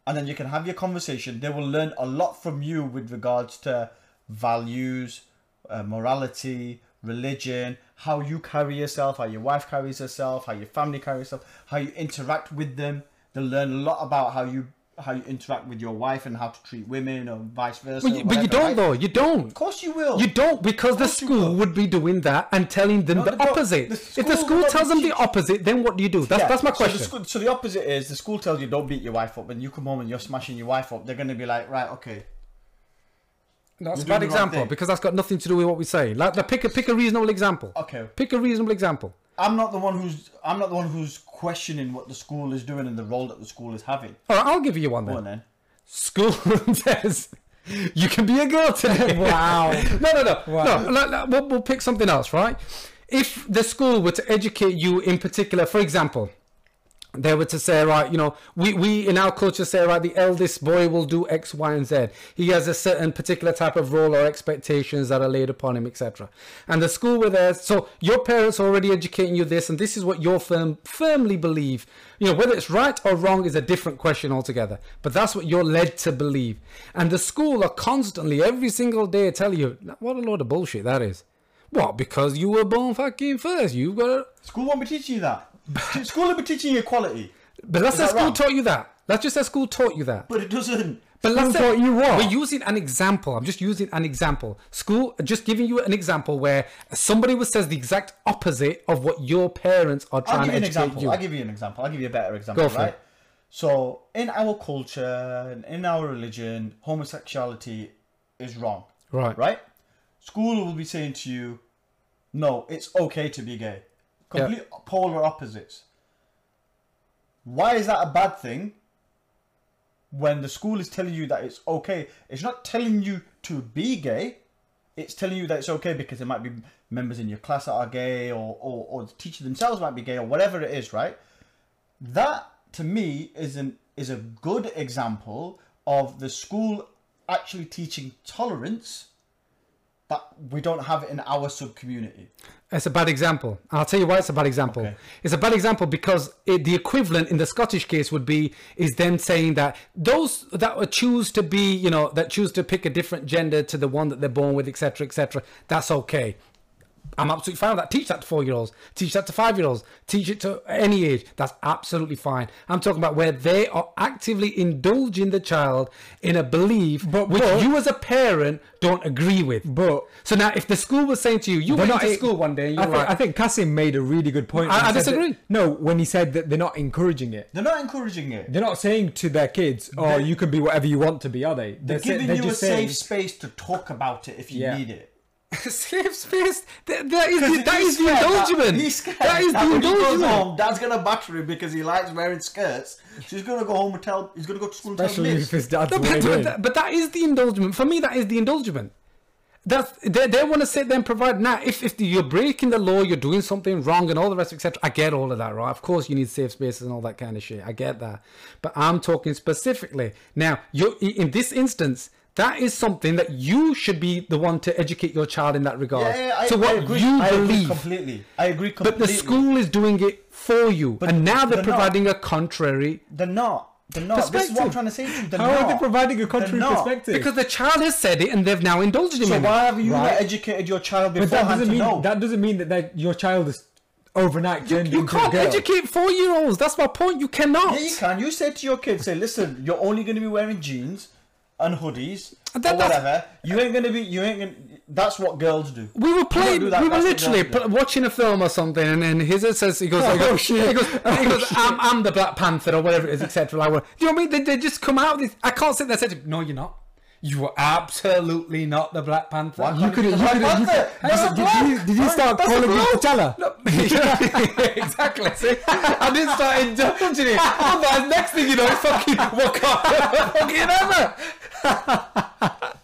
C: And then you can have your conversation. They will learn a lot from you with regards to values, uh, morality, religion, how you carry yourself, how your wife carries herself, how your family carries herself, how you interact with them. They'll learn a lot about how you how you interact with your wife and how to treat women or vice versa.
A: but, you, but you
C: whatever,
A: don't
C: right?
A: though. You don't.
C: Of course you will.
A: You don't because the
C: course you
A: school
C: will.
A: would be doing that and telling them
C: No,
A: the
C: they don't.
A: opposite.
C: The
A: if the
C: school
A: school
C: don't
A: tells them the
C: teach-
A: opposite, then what do you do? That's
C: Yeah,
A: that's my
C: so the
A: question.
C: school- So the, opposite is the school tells you don't beat your wife up, and you come home and you're smashing your wife up. They're going to be like, right, okay.
A: That's a
C: You're
A: bad
C: doing the right
A: example
C: thing.
A: because that's got nothing to do with what we say. Like, the pick a pick a reasonable example.
C: Okay.
A: Pick a reasonable example.
C: I'm not the one who's I'm not the one who's questioning what the school is doing and the role that the school is having.
A: All right, I'll give you one
C: Go
A: then.
C: on then.
A: School says you can be a girl today.
B: Wow.
A: no, no, no, no. like, like, we'll, we'll pick something else, right? If the school were to educate you in particular, for example, they were to say, right, you know, we, we in our culture say, right, the eldest boy will do X, Y, and Z. He has a certain particular type of role or expectations that are laid upon him, etc. And the school were there, so your parents are already educating you this, and this is what your firm firmly believe. You know, whether it's right or wrong is a different question altogether, but that's what you're led to believe. And the school are constantly, every single day, tell you, what a load of bullshit that is. What? Because you were born fucking first. You've got to.
C: School won't be teaching you that. T- school will be teaching you equality,
A: But let's
C: Is
A: say
C: that
A: school
C: wrong?
A: taught you that. Let's just say school taught you that.
C: but it doesn't.
A: But let's
B: School
A: say
B: taught you what?
A: We're using an example. I'm just using an example. School, just giving you an example where somebody was says the exact opposite of what your parents are
C: I'll
A: trying to
C: give you an
A: educate
C: example.
A: you.
C: I'll give you an example. I'll give you a better example,
A: Go for it.
C: right? So in our culture and in our religion, homosexuality is wrong.
A: Right.
C: Right? School will be saying to you, No, it's okay to be gay. Complete polar opposites. Why is that a bad thing? When the school is telling you that it's okay, it's not telling you to be gay. It's telling you that it's okay because there might be members in your class that are gay, or or, or the teacher themselves might be gay, or whatever it is, right? that to me is an is a good example of the school actually teaching tolerance that we don't have it in our sub community.
A: It's a bad example. And I'll tell you why it's a bad example.
C: Okay.
A: It's a bad example because it, the equivalent in the Scottish case would be is them saying that those that would choose to be, you know, that choose to pick a different gender to the one that they're born with, etc., etc. That's okay. I'm absolutely fine with that. Teach that to four year olds. Teach that to five year olds. Teach it to any age. That's absolutely fine. I'm talking about where they are actively indulging the child in a belief
B: But-
A: which
B: but-
A: you as a parent don't agree with.
B: But-
A: so now, if the school was saying to you, you went
B: not
A: to
B: a-
A: school one day, and you
B: I
A: were
B: think,
A: like,
B: I think Kasim made a really good point.
A: I-
B: when he
A: I
B: said that-
A: disagree.
B: no, when he said that they're not encouraging it.
C: They're not encouraging it.
B: They're not saying to their kids, "Oh, you can be whatever you want to be," are they?
C: They're
B: sa-
C: giving
B: they're
C: you a
B: just saying-
C: safe space to talk about it if you
B: Yeah.
C: need it.
A: safe space. That, that is the, that
C: He's
A: is the
C: scared that-
A: indulgement.
C: he's scared
A: that is
C: that
A: the
C: when he goes
A: indulgement.
C: home, Dad's gonna batter him because he likes wearing skirts. So he's gonna go home and tell. He's gonna go to school and
B: especially
C: tell
B: if
C: Miss.
B: his dad's
A: No,
B: weighed
A: but,
B: in.
A: that, but that is the indulgement. For me, that is the indulgement. That's, they they want to sit there and provide. Now, if, if you're breaking the law, you're doing something wrong, and all the rest, etc. I get all of that, right? Of course, you need safe spaces and all that kind of shit. I get that, but I'm talking specifically now. You in this instance, that is something that you should be the one to educate your child in that regard.
C: Yeah, yeah, I,
A: so what
C: I agree.
A: you
C: I agree
A: believe,
C: completely. I agree
A: But
C: completely.
A: the school is doing it for you, and now they're,
C: they're not.
A: providing a contrary
C: They're not. They're not. This is what I'm
B: Perspective.
C: trying to say to you. They're
B: How
C: not.
B: are they providing a
C: They're
B: contrary
C: not.
B: perspective?
A: because the child has said it, and they've now indulged him.
C: So
A: in it.
C: why have you not
B: Right.
C: educated your child
B: but that
C: beforehand
B: doesn't
C: to
B: mean
C: know?
B: that doesn't mean that, that your child is overnight turned
A: You
B: into a
A: can't
B: girl.
A: educate four-year-olds. That's my point. You cannot.
C: Yeah, you can. You say to your kids, say, listen, you're only going to be wearing jeans and hoodies
A: And that-
C: or
A: that's-
C: whatever. You ain't going to be. You ain't going. That's what girls do.
A: We were
C: You don't
A: playing.
C: do that.
A: we were
C: That's what
A: literally
C: girls do.
A: pl- watching a film or something, and then his it says he goes, he goes, he goes, he goes I'm, I'm the Black Panther or whatever it is, etc. Like, well, you know what I mean? They, they just come out. With, I can't sit there and say, to him, no, you're not. You are absolutely not the Black Panther.
B: You could, you could,
C: Black
B: you could,
C: Panther. That's
B: did,
C: a
B: you, did you start calling him T'Challa?
A: No, exactly. See, I didn't start indulging it. Otherwise, Oh, next thing you know, it's fucking Wakanda, fucking ever.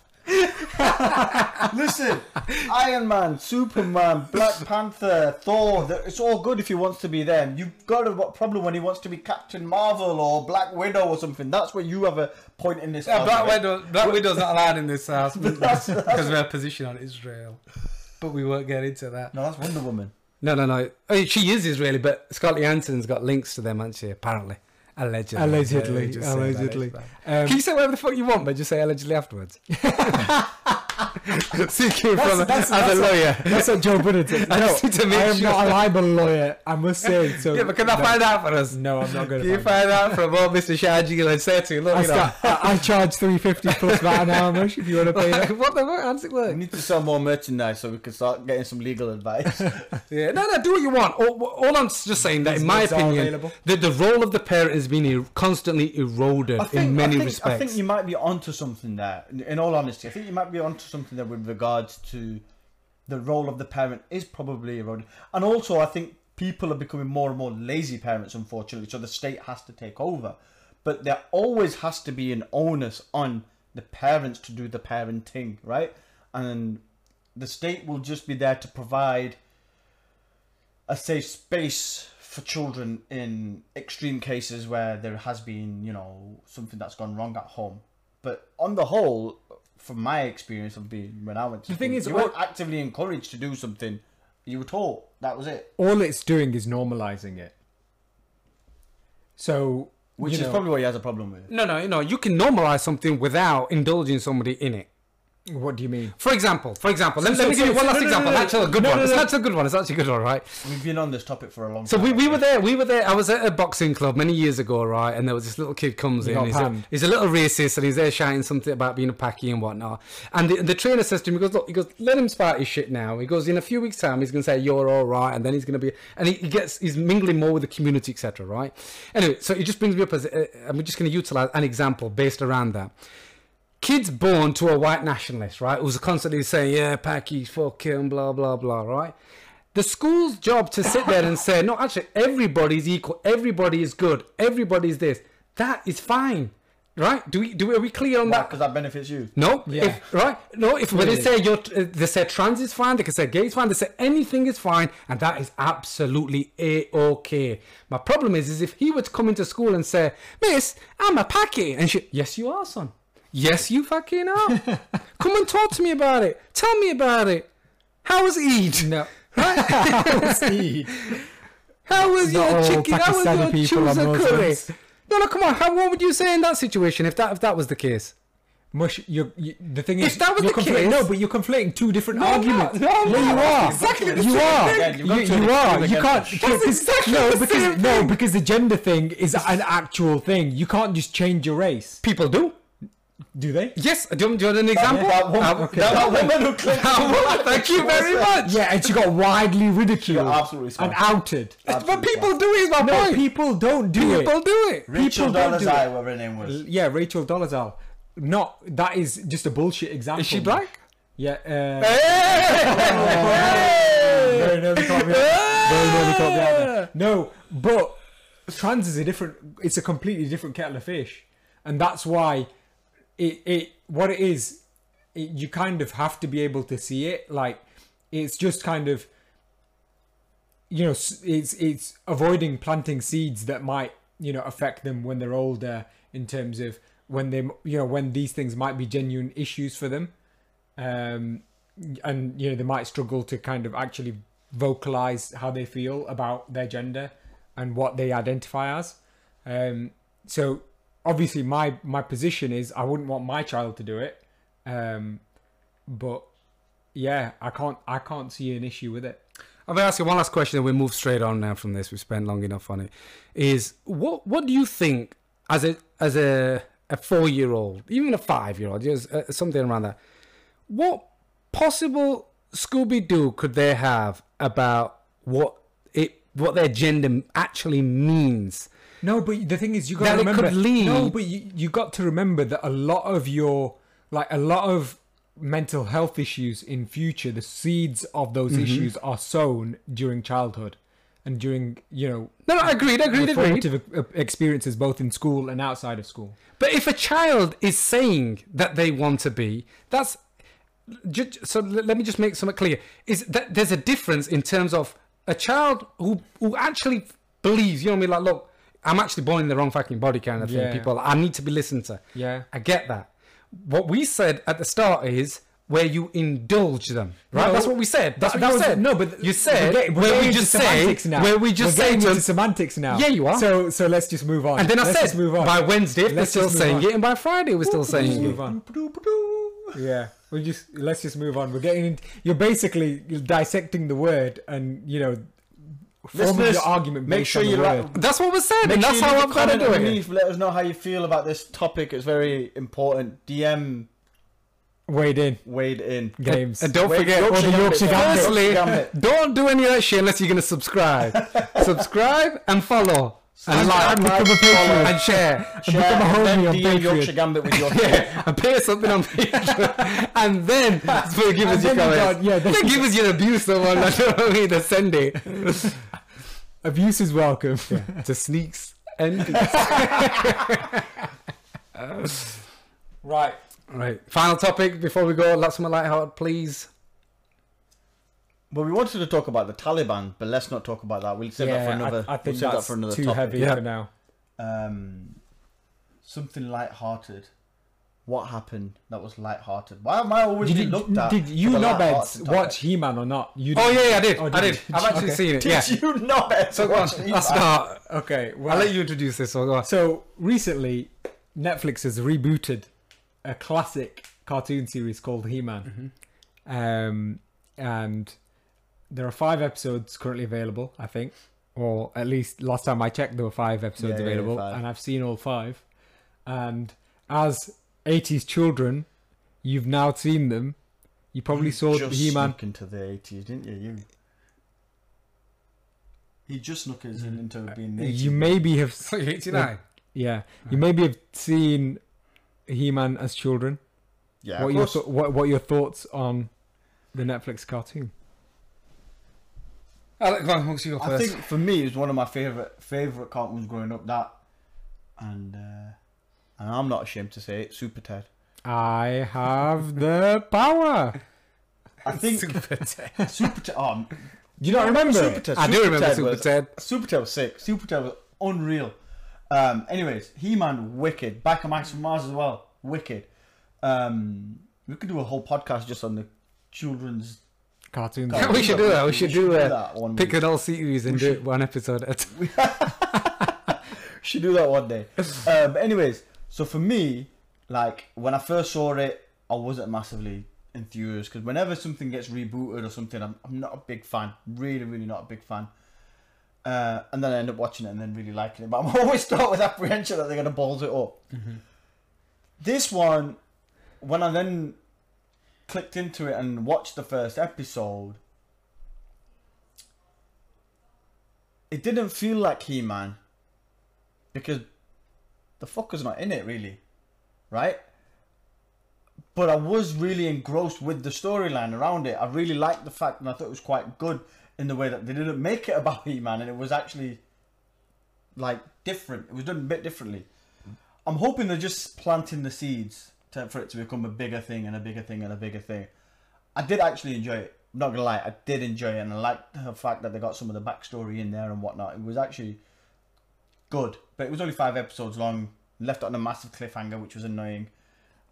C: Listen, Iron Man, Superman, Black Panther, Thor. th- It's all good if he wants to be them. You've got a what- problem when he wants to be Captain Marvel or Black Widow or something. That's where you have a point in this.
A: Yeah, Black
C: argument.
A: Widow. Black Widow's not allowed in this house because we're positioned on Israel. But we won't get into that.
C: No, that's Wonder Woman.
A: No, no, no. I mean, she is Israeli, but Scarlett Johansson's got links to them, hasn't she? Apparently, allegedly.
B: Allegedly,
A: Just say that,
B: allegedly.
A: it's bad.
B: Um,
A: Can you say whatever the fuck you want, but just say allegedly afterwards? Seeking from as
B: that's-
A: a
B: that's a-
A: lawyer.
B: That's what Joe Budden did. No,
A: I just need to make
B: I am
A: sure.
B: not a libel lawyer. I must say. So
A: yeah, but can I
B: no,
A: find out for us?
B: No, I'm not going
A: Can
B: to.
A: you find out from what Mr. Shahjeel and said to you? Look,
B: I,
A: you know.
B: start, I, I charge three fifty plus that an hour much if you want to pay that.
A: Like, what the fuck? How does it work?
C: We need to sell more merchandise so we can start getting some legal advice.
A: Yeah, no, no, do what you want. All, all I'm just saying that, in my
B: books are
A: opinion,
B: available.
A: the, the role of the parent has been er- constantly eroded in many
C: I think,
A: respects.
C: I think you might be onto something there. In- In all honesty, I think you might be onto something there with regards to the role of the parent is probably eroded, and also I think people are becoming more and more lazy parents, unfortunately. So the state has to take over, but there always has to be an onus on the parents to do the parenting, right? And the state will just be there to provide a safe space for children in extreme cases where there has been, you know, something that's gone wrong at home. But on the whole, from my experience of being when I went to
B: The thing
C: school,
B: is,
C: you weren't
B: all-
C: actively encouraged to do something. You were taught. That was it.
B: All it's doing is normalizing it. So
C: Which
B: you
C: is
B: know,
C: probably what he has a problem with.
A: no, no, no. You can normalize something without indulging somebody in it.
B: what do you mean?
A: For example, for example, let,
B: So-
A: let me
B: so-
A: give you one
B: so- no,
A: last
B: no, no,
A: example.
B: no, no.
A: That's actually a good
B: No,
A: one.
B: no,
A: It's
B: no.
A: actually a good one. It's actually a good one, right?
C: We've been on this topic for a long
A: So
C: time.
A: we, we were there. We were there. I was at a boxing club many years ago, right? And there was this little kid comes in.
B: got
A: He's a,
B: panned.
A: he's a little racist, and he's there shouting something about being a Paki and whatnot. And the, the trainer says to him, he goes, look, he goes, let him spout his shit now. He goes, in a few weeks' time, he's going to say you're all right, and then he's going to be, and he, he gets, he's mingling more with the community, etc. Right? Anyway, so it just brings me up as, uh, and we're just going to utilize an example based around that kids born to a white nationalist, right, who's constantly saying, yeah, Paki, fuck him, blah, blah, blah, right? The school's job to sit there and say, no, actually, everybody's equal, everybody is good, everybody's this. That is fine, right? Do we, do we, are we clear on that?
C: because that benefits you.
A: No,
B: Yeah.
A: if, right? No, if when they say you're, uh, they say trans is fine, they can say gay is fine, they say anything is fine, and that is absolutely a okay. My problem is, is if he were to come into school and say, "Miss, I'm a packy," and she, "Yes, you are, son. Yes, you fucking are. come and talk to me about it. Tell me about it. How was Eid?
B: No.
A: How was
B: Not
A: your
B: all
A: chicken? How was
B: Pakistani
A: your
B: people are
A: chooser curry?
B: Muslims.
A: No, no, come on. How, what would you say in that situation if that if that was the case?
B: Mush, you're, you, the thing
A: If
B: is,
A: that was
B: you're
A: the
B: conflating-
A: case-
B: no, but you're conflating two different
A: No, I'm not.
B: arguments.
A: No, I'm
B: yeah, you
A: not.
B: are.
A: Exactly the
B: you
A: same
B: are.
A: thing.
B: You,
C: You've got to
B: you
C: do it
B: are.
C: again,
B: You can't.
C: Mush.
A: That's
B: because-
A: exactly
B: no,
A: the
B: because
A: same
B: no,
A: thing.
B: because the gender thing is an actual thing. You can't just change your race,
A: People do.
B: do they?
A: Yes. Do you, do you want an example?
C: That woman,
A: Uh,
C: that
A: that woman-
C: woman who clicked.
A: that woman, Thank you very much.
B: Yeah, and she got widely ridiculed,
C: absolutely
B: and
C: smashed.
B: outed.
A: But people do it. Is my
B: No,
A: point.
B: people don't do it.
A: People do it.
C: Rachel
B: people don't do
C: Dolezal,
B: it.
C: whatever her name was.
B: Yeah, Rachel Dolezal. Not that is just a bullshit example.
A: Is she black?
B: Yeah. Uh,
A: Hey!
B: Very nearly caught me out there. Very nearly caught me out there. No, but trans is a different. It's a completely different kettle of fish, and that's why it it what it is. It, you kind of have to be able to see it. Like it's just kind of you know s- it's it's avoiding planting seeds that might you know affect them when they're older in terms of when they you know when these things might be genuine issues for them um and you know they might struggle to kind of actually vocalize how they feel about their gender and what they identify as um so obviously my my position is i wouldn't want my child to do it um but yeah i can't i can't see an issue with it
A: I'm gonna ask you one last question, and we move straight on now from this. We spent long enough on it. Is what what do you think as a as a a four year old, even a five year old, just uh, something around that? What possible Scooby Doo could they have about what it what their gender actually means?
B: No, but the thing is, you got to
A: That it
B: remember.
A: could lead-
B: No, but you, you got to remember that a lot of your like a lot of mental health issues in future, the seeds of those
A: Mm-hmm.
B: issues are sown during childhood and during you know
A: No, no, agreed, agreed,
B: the
A: agreed.
B: formative e- e- experiences both in school and outside of school.
A: But if a child is saying that they want to be, that's ju- ju- so. l- Let me just make something clear: is that there's a difference in terms of a child who who actually believes. You know what I mean? Like, look, I'm actually born in the wrong fucking body, kind of thing.
B: Yeah.
A: People, I need to be listened to.
B: Yeah.
A: I get that. What we said at the start is. Where you indulge them, right?
B: No,
A: that's what we said. That's
B: that-
A: what you
B: that was-
A: said.
B: No, but
A: you said
B: we're getting- we're
A: where
B: getting
A: we
B: into
A: just say
B: semantics now.
A: where we
B: we're
A: just say
B: getting
A: to
B: into
A: them,
B: semantics now.
A: Yeah, you are.
B: So so let's just move on.
A: and then I
B: let's
A: said
B: just move on.
A: by Wednesday if they're
B: Let's
A: still
B: just move
A: saying
B: on.
A: it, and by Friday we're still saying
B: Let's
A: it.
B: move on. Yeah, we just let's just move on. We're getting in, you're basically dissecting the word and you know forming
C: Listeners,
B: your argument based
C: make sure
B: on the
C: you
B: word.
C: like-
A: That's what was said,
C: Make
A: and
C: sure
A: that's
C: you
A: how
C: leave a
A: I'm gonna
C: comment
A: do it.
C: underneath, Let us know how you feel about this topic. It's very important. DM
B: Wade in
C: Wade in.
B: games.
A: And don't
C: Wait,
A: forget,
C: Yorkshire
A: all the
C: Gambit,
A: Yorkshire
C: yeah.
A: Gambit.
C: Yorkshire
A: Firstly,
C: Gambit.
A: don't do any of that shit unless you're gonna subscribe. subscribe and follow and like
C: Subscribe, like,
A: become a
C: follow.
A: patron and share.
C: Share
B: become a
C: and
B: homie
C: then
B: on
C: DM
B: Patreon.
C: Yorkshire Gambit with your
A: Yeah, and pay us something on Patreon, and then so give us your
B: And then you
A: comments.
B: got- yeah, then
A: then
B: you
A: give us your abuse. Someone I don't need to send it
B: Abuse is welcome.
A: to sneaks and
B: right.
A: right. Final topic before we go. Lots of my lighthearted, please.
C: Well, we wanted to talk about the Taliban, but let's not talk about that. We'll save that for another.
B: I, I think
C: we'll save
B: that's
C: that for another
B: too
C: topic.
B: heavy
A: Yeah.
B: for now.
C: Um, something light-hearted. What happened that was light-hearted? Why am I always
B: Did,
C: being
B: you-
C: looked at?
B: did you
C: for the
B: knobheads
C: light-hearted topic?
B: watch He-Man or not? You
A: Oh yeah, yeah, I did.
B: Oh,
A: I did.
B: you?
A: I've actually
B: Okay.
A: seen it.
C: Did
A: Yeah.
C: you knobheads
A: So go on.
C: watch
A: I'll start.
B: Okay. Well,
A: I'll let you introduce this one. Go on.
B: So recently, Netflix has rebooted a classic cartoon series called He-Man,
C: Mm-hmm.
B: um, and there are five episodes currently available. I think, or at least last time I checked, there were five
C: Yeah,
B: episodes
C: yeah, yeah,
B: available,
C: five.
B: and I've seen all five. And as '80s children, you've now seen them. You probably saw
C: Mm, just
B: He-Man.
C: snuck into the eighties, didn't you? You. He just snuck us
A: Mm.
C: in into
A: Uh,
C: being the 80s.
B: You maybe have
A: So you're 89.
B: yeah. You maybe have seen He-Man as children.
C: yeah,
B: what
C: of
B: your
C: course.
B: th- what what are your thoughts on the Netflix cartoon?
A: Alec, go on, who's you go
C: I
A: first?
C: think for me it was one of my favorite favorite cartoons growing up. That, and uh, and I'm not ashamed to say it, Super Ted.
B: I have the power.
C: I think
A: Super Ted.
C: Super Ted. Oh,
B: Do you not remember?
C: Super
B: it?
C: Ted.
A: I do remember Super
C: was-
A: Ted.
C: Super Ted was sick. Super Ted was unreal. Um, anyways, He Man, wicked. Back of Max from Mars as well, wicked. Um, we could do a whole podcast just on the children's.
B: Cartoons.
C: Cartoons.
A: we should do that. We
C: We
A: should
C: should
A: do
C: do
A: that.
C: that one
A: Pick
C: week.
A: an all series and do it one episode at a time.
C: Should do that one day. um, anyways, so for me, like when I first saw it, I wasn't massively enthused because whenever something gets rebooted or something, I'm, I'm not a big fan. Really, really not a big fan. Uh, and then I end up watching it and then really liking it. But I'm always start with apprehension that they're gonna balls it up. This one, when I then clicked into it and watched the first episode, it didn't feel like He Man because the fucker's not in it really, right? But I was really engrossed with the storyline around it. I really liked the fact, and I thought it was quite good in the way that they didn't make it about He Man, and it was actually like different. It was done a bit differently. I'm hoping they're just planting the seeds to, for it to become a bigger thing and a bigger thing and a bigger thing. I did actually enjoy it. I'm not gonna lie, I did enjoy it, and I liked the fact that they got some of the backstory in there and whatnot. It was actually good, but it was only five episodes long. Left it on a massive cliffhanger, which was annoying.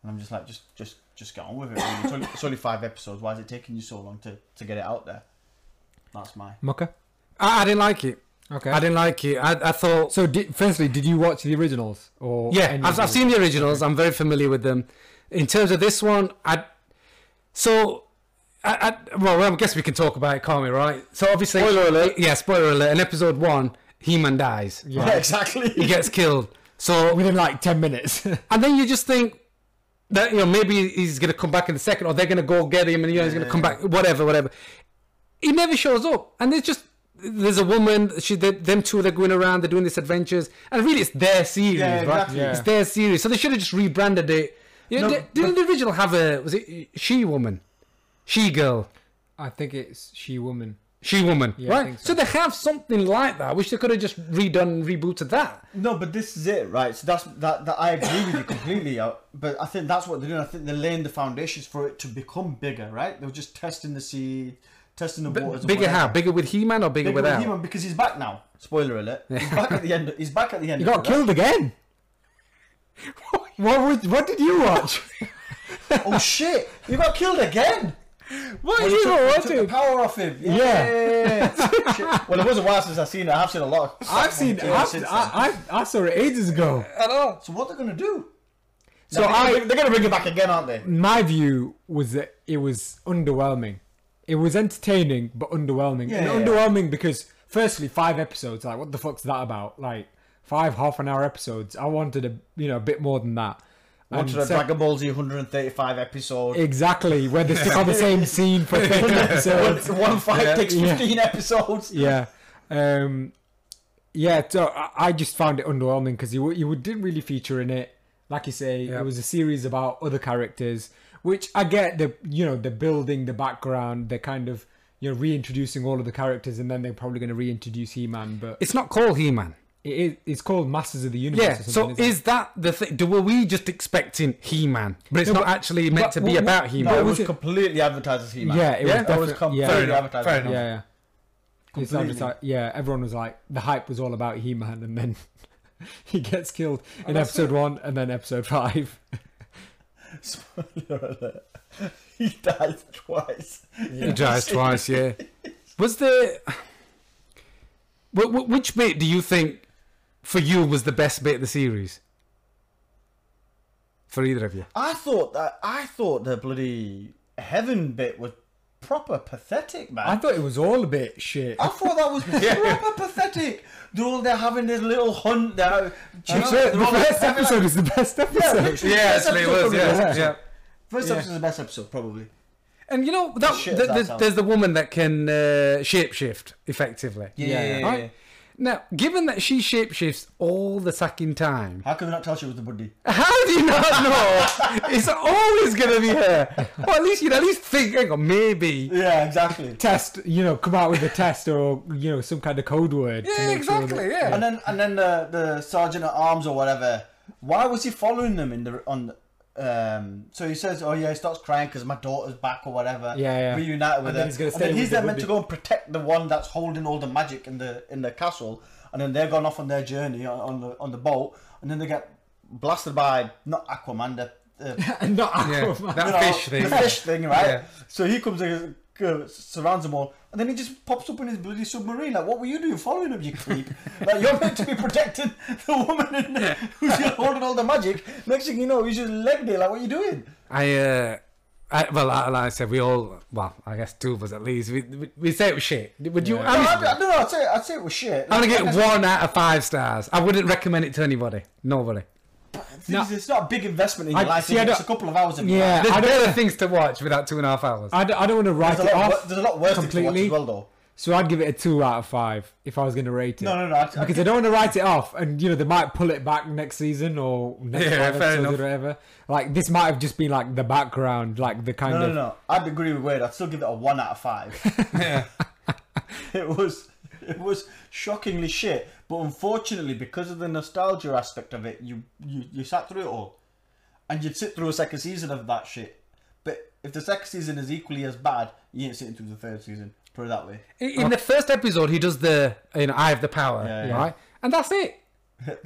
C: And I'm just like, just, just, just get on with it. Really. It's, only, it's only five episodes. Why is it taking you so long to, to get it out there? That's my.
B: Mucker.
A: I, I didn't like it.
B: Okay.
A: I didn't like it. I, I thought.
B: so, di firstly, did you watch the originals or?
A: yeah,
B: any of
A: I've, I've
B: those?
A: seen the originals. I'm very familiar with them. In terms of this one, I so I, I well, I guess we can talk about it, can't we? Right. So obviously, spoiler alert. Yeah, spoiler alert. In episode one, He-Man dies.
C: Yeah, exactly.
A: He gets killed. So
B: within like ten minutes.
A: and then you just think that you know maybe he's gonna come back in the second, or they're gonna go get him, and you know, he's gonna come back, whatever, whatever. He never shows up, and there's just there's a woman. She, they, them two, they're going around, they're doing these adventures, and really, it's their series,
C: Yeah,
A: right?
C: exactly.
B: Yeah.
A: It's their series, so they should have just rebranded it. You know,
C: No,
A: di- didn't the original have a was it she woman, she girl?
B: I think it's she woman.
A: She woman,
B: I
A: right?
B: think
A: So.
B: so.
A: they have something like that, which they could have just redone, rebooted that.
C: No, but this is it, right? So that's that. that I agree with you completely. uh, But I think that's what they're doing. I think they're laying the foundations for it to become bigger, right? They're just testing the sea, testing the waters. and
A: Bigger how?
C: whatever.
A: Bigger with He Man or bigger,
C: Bigger with
A: without?
C: He-Man because he's back now. Spoiler alert. He's back at the end. He's back at the end.
B: You
C: of
B: got
C: it, right?
B: killed again. what was, What did you watch?
C: Oh shit! You got killed again.
B: what
C: Well, he took, he took the power off him. Yeah. Shit. well, it was a while since I've seen it. I've seen a lot. of stuff
B: I've seen.
C: on TV
B: I've,
C: since then.
B: I, I I saw it ages ago.
C: So what they're gonna do?
B: So
C: they're
B: I- Mm,
C: gonna, bring- they're gonna bring it back again, aren't they?
B: My view was that it was underwhelming. It was entertaining but underwhelming.
C: Yeah,
B: and
C: yeah, yeah.
B: underwhelming because firstly, five episodes. Like, what the fuck's that about? Like, five half an hour episodes. I wanted a you know a bit more than that. And
C: Onto the
B: sec-
C: Dragon Ball Z 135 episode.
B: Exactly, where they stick on the same scene for 30
C: One,
B: episodes.
C: one fight takes
B: Yeah.
C: 15 episodes.
B: Yeah. Um, yeah, so I, I just found it underwhelming because you, you didn't really feature in it. Like you say, it was a series about other characters, which I get the, you know, the building, the background, they're kind of, you know, reintroducing all of the characters and then they're probably going to reintroduce He-Man, but
A: It's not called He Man.
B: it is, it's called Masters of the Universe
A: Yeah.
B: or
A: So
B: something, isn't it?
A: is that the thing? Do, were we just expecting He-Man, but it's
B: No,
A: not
B: but-
A: actually meant
B: but-
A: to be
B: but-
A: about He-Man?
C: No, it
B: was
C: was
B: it-
C: completely advertised as He-Man.
B: Yeah, it was
C: That was
B: definitely-
C: completely
B: yeah. Fair enough,
C: advertised.
A: fair
C: as
A: enough.
C: He-Man.
B: yeah, yeah. It's
C: Completely.
B: advertised- yeah, everyone was like, the hype was all about He Man, and then he gets killed in episode one and then episode five.
C: Spoiler alert. He dies twice.
A: He dies twice. Yeah. Was the Wh- wh- which bit do you think for you was the best bit of the series? For either of you,
C: I thought that I thought the bloody heaven bit was proper pathetic, man.
B: I thought it was all a bit shit.
C: I thought that was proper pathetic. They're all there having their little hunt. They're,
B: The fir- the first episode is the best episode.
C: literally, Yeah, first actually, it episode was, yeah, probably.
A: yeah.
C: First episode is the best episode, probably.
A: And you know that,
C: Shit,
A: th-
C: that
A: there's,
C: sounds-
A: there's the woman that can uh, shapeshift effectively.
C: Yeah.
A: Right? Now, given that she shapeshifts all the fucking time,
C: How can we not tell she was the buddy?
A: How do you not know? it's always gonna be her. Or at least you would at least think, hang on, maybe.
C: Yeah, exactly.
B: Test, you know, come out with a test or you know some kind of code word. to
A: Yeah,
B: make sure
A: exactly.
B: that-
A: yeah.
C: And then and then the, the sergeant at arms or whatever. Why was he following them in the on? Um, so he says, "Oh yeah," he starts crying because my daughter's back or whatever.
B: Yeah, yeah.
C: Reunited with
B: And
C: her.
B: then he's gonna
C: and
B: stay
C: then
B: with
C: he's
B: the
C: then meant
B: Woody.
C: to go and protect the one that's holding all the magic in the in the castle. And then they're gone off on their journey on, on the on the boat. And then they get blasted by not Aquaman, the uh,
B: Not
A: Yeah,
B: Aquaman.
A: that
C: you know,
A: fish thing.
C: The fish thing, right?
A: Yeah.
C: So he comes in, uh, surrounds them all, and then he just pops up in his bloody submarine. Like, what were you doing following him, you creep? like, you're meant to be protecting the woman in there who's just holding all the magic. Next thing you know, he's just legged it. Like, what are you doing?
A: I, uh, I well, I- like I said, we all, well, I guess two of us at least, we, we, we say it was shit. Would you?
B: Yeah.
A: I
C: No,
A: mean,
C: I'd, I'd- no, no, I'd say, I'd say it was shit.
A: I'm gonna get one out of five stars. I wouldn't recommend it to anybody. Nobody.
C: It's, it's not a big investment in your
B: I-
C: life.
B: see,
C: is it?
B: I
C: it's a
B: don't-
C: couple of hours of your
B: Yeah,
C: life.
A: There's
B: I
A: better
B: don't,
A: things to watch without two and a half hours.
B: I don't, I don't want to write
C: There's a
B: it
C: lot,
B: off.
C: wor- there's a lot worse things to watch
B: completely.
C: as well, though.
B: So I'd give it a two out of five if I was going to rate it.
C: No, no, no. I'd, I'd
B: Because I don't want to write it off, and you know they might pull it back next season or next
A: Yeah,
B: five
A: fair
B: episodes
A: enough.
B: or whatever. Like this might have just been like the background, like the kind
C: No, no,
B: of
C: no. I'd agree with Wade. I'd still give it a one out of five. It was, it was shockingly shit. But unfortunately, because of the nostalgia aspect of it, you, you you sat through it all, and you'd sit through a second season of that shit. But if the second season is equally as bad, you ain't sitting through the third season. Put it that way.
A: In in the first episode, he does the you know I have the power,
C: Yeah, yeah.
A: right? And that's it.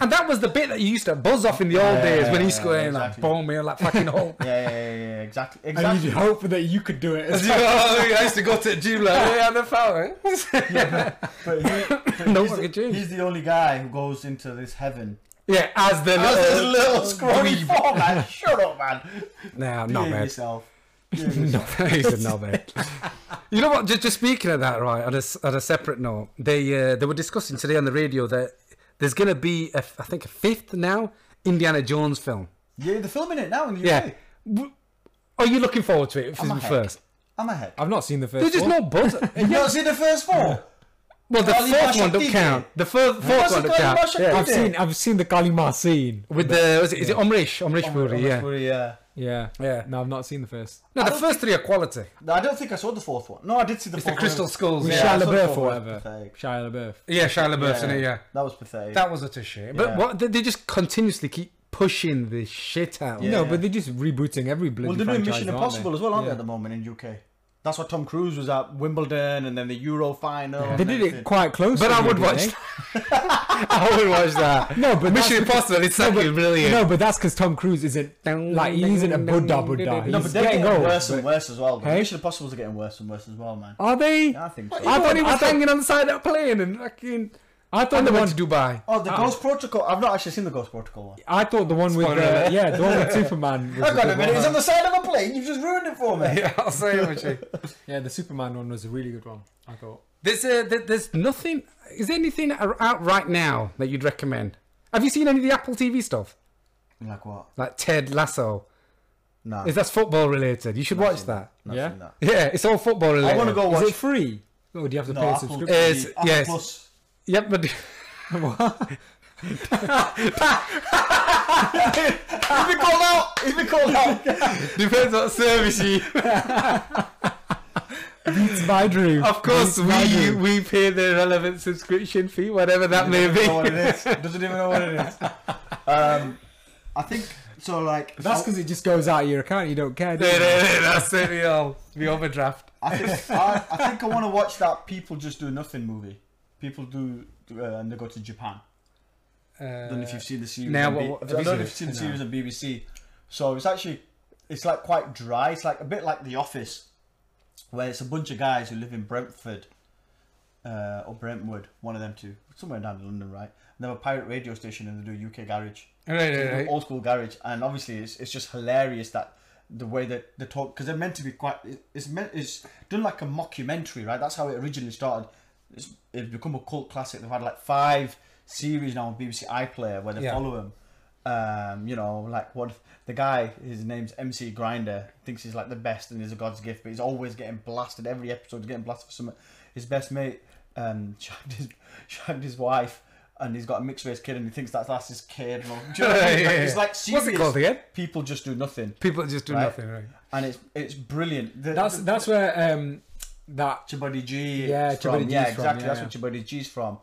A: And that was the bit that you used to buzz off in the old days when he's
C: yeah,
A: going
C: exactly.
A: like boom, you know, like fucking Hulk.
C: Yeah, yeah, yeah, yeah, exactly,
B: And
C: exactly.
B: you'd hope that you could do it. as well.
A: oh, I used to go to the gym like I have the power.
C: But he- but
A: No
C: he's,
A: one
C: the,
A: could change.
C: he's the only guy who goes into this heaven.
A: yeah, as the
C: That's
A: little,
C: a little scrawny
A: dweeb.
C: form, man. Shut up, man.
A: Nah,
C: Be
A: not
C: in
A: bad.
C: yourself. Be in
A: No, he's a knobhead. you know what? Just, just speaking of that, right? On a, s- on a separate note, they uh, they were discussing today on the radio that there's going to be, a f I think, a fifth now Indiana Jones film.
C: Yeah, they're filming it now in the
A: Yeah.
C: UK.
A: W- Are you looking forward to it from
C: ahead.
A: first?
C: I'm ahead.
B: I've not seen the first.
A: There's just
B: one.
A: no buzz.
C: You not seen the first four?
A: well, the
C: Well, you
A: fourth
C: watch
A: one
C: it,
A: don't
C: did
A: count.
C: you?
A: The fir- fourth,
C: watched
A: one
C: it,
A: don't
C: you
A: count.
C: watched it,
A: Yeah.
B: I've seen I've seen the Kalima scene.
A: With the was it, is it Omrish Omrish Puri? Yeah.
C: Well, yeah.
B: Yeah,
A: Yeah.
B: No, I've not seen the first.
A: No, the first three are quality.
C: No, I don't think I saw the fourth one. No, I did see the
A: It's the
C: fourth
A: Crystal
C: one.
A: Skulls.
B: With
A: Yeah,
C: Yeah,
B: Shia
C: I saw the
B: LaBeouf
C: fourth
B: or
C: one,
B: whatever.
C: pathetic.
B: Shia LaBeouf.
A: yeah Shia LaBeouf yeah.
C: Yeah,
A: it. Yeah,
C: That was pathetic.
A: that was utter shit. But
C: Yeah.
A: what they, they just continuously keep pushing the shit out.
C: Yeah.
A: No,
B: No, but they're just rebooting every bloody
C: well, they're doing
B: franchise,
C: Mission
B: aren't they?
C: Impossible as well, aren't they,
B: Yeah.
C: at the moment in UK? That's what Tom Cruise was at Wimbledon and then the Euro final.
B: They
C: and
B: did
C: everything.
B: it quite close.
A: but
B: to
A: I would
B: Wimbledon,
A: watch.
B: eh?
A: That. I would watch that.
B: No, but
A: Mission
B: that's-
A: Impossible. It's actually brilliant.
B: No, but that's because Tom Cruise isn't like he isn't a Buddha Buddha.
A: No,
C: No,
B: He's
C: but they're getting,
B: getting old.
C: worse and
B: but-
C: worse as well.
B: Hey?
C: Mission Impossibles are getting worse and worse as well, man.
B: Are they?
C: Yeah, I think
A: I
C: so.
A: thought he
B: I
A: was
B: thought-
A: hanging on the side of that plane and fucking.
B: I
A: On
B: thought
A: the
B: the
A: way
B: one.
A: to Dubai.
C: Oh, the Ghost Protocol. I've not actually seen the Ghost Protocol one.
B: I thought the one with
A: Spoiler
B: uh,
A: alert.
B: yeah, the one with Superman. Was
C: Hang
B: a
C: on
B: good
C: a minute,
B: one.
C: it's on the side of a plane. You've just ruined it for me.
A: Yeah, I'll say it with you.
B: Yeah, the Superman one was a really good one. I thought.
A: There's uh, there- there's nothing. Is there anything ar- out right now that you'd recommend? Have you seen any of the Apple TV stuff,
C: Like what?
A: like Ted Lasso?
C: Nah.
A: Is that's football related? You should watch that.
C: not
B: Yeah?
C: seen that.
A: Yeah, it's all football related.
C: I want to go watch.
B: Is it free? Or do you have to
C: No,
B: pay a
C: Apple-
B: subscription?
A: It's-
C: Apple
A: yes.
C: Plus.
A: Yep, but
C: He's been called out. He's been Oh, called out.
A: depends what service you.
B: It's my dream.
A: Of course,
B: It's my
A: we
B: dream.
A: we pay the relevant subscription fee, whatever that may
C: Doesn't even know what
A: be.
C: it is. Doesn't even know what it is. Um, I think so. Like
B: That's because it just goes out of your account. You don't care. Do you?
A: That's it. we all the overdraft.
C: I think I, I think I want to watch that people just do nothing movie. People do do, uh, and they go to Japan. I don't know if you've seen the series.
A: now
C: on
A: what-
C: B-
A: what-
C: I
A: have you
C: don't know if
A: seen
C: you've
A: it?
C: seen the series on BBC. So it's actually it's like quite dry. It's like a bit like The Office, where it's a bunch of guys who live in Brentford uh, or Brentwood, one of them two, somewhere down in London, right? And they have a pirate radio station and they do UK garage.
A: Right,
C: It's
A: right,
C: an
A: right.
C: old school garage, and obviously it's, it's just hilarious that the way that they talk because they're meant to be quite. it- It's meant it's done like a mockumentary, right? That's how it originally started. It's, it's become a cult classic. They've had like five series now on BBC iPlayer where they
A: Yeah.
C: follow him. Um, you know, like what the guy, his name's MC Grinder, thinks he's like the best and is a god's gift, but he's always getting blasted. Every episode, he's getting blasted for something. His best mate um, shagged, his, shagged his wife, and he's got a mixed race kid, and he thinks that's, that's his kid. and all- Do you know what I mean? Like, It's like
A: What's it
C: serious.
A: called again?
C: People just do nothing,
A: People just do
C: Right.
A: nothing, right?
C: and it's it's brilliant. The-
B: That's
C: the-
B: that's where um that
C: Chibodi G.
B: Yeah,
C: is from.
B: Chibodi G
C: Yeah,
B: is from,
C: exactly.
B: yeah,
C: That's where Chibodi G's from.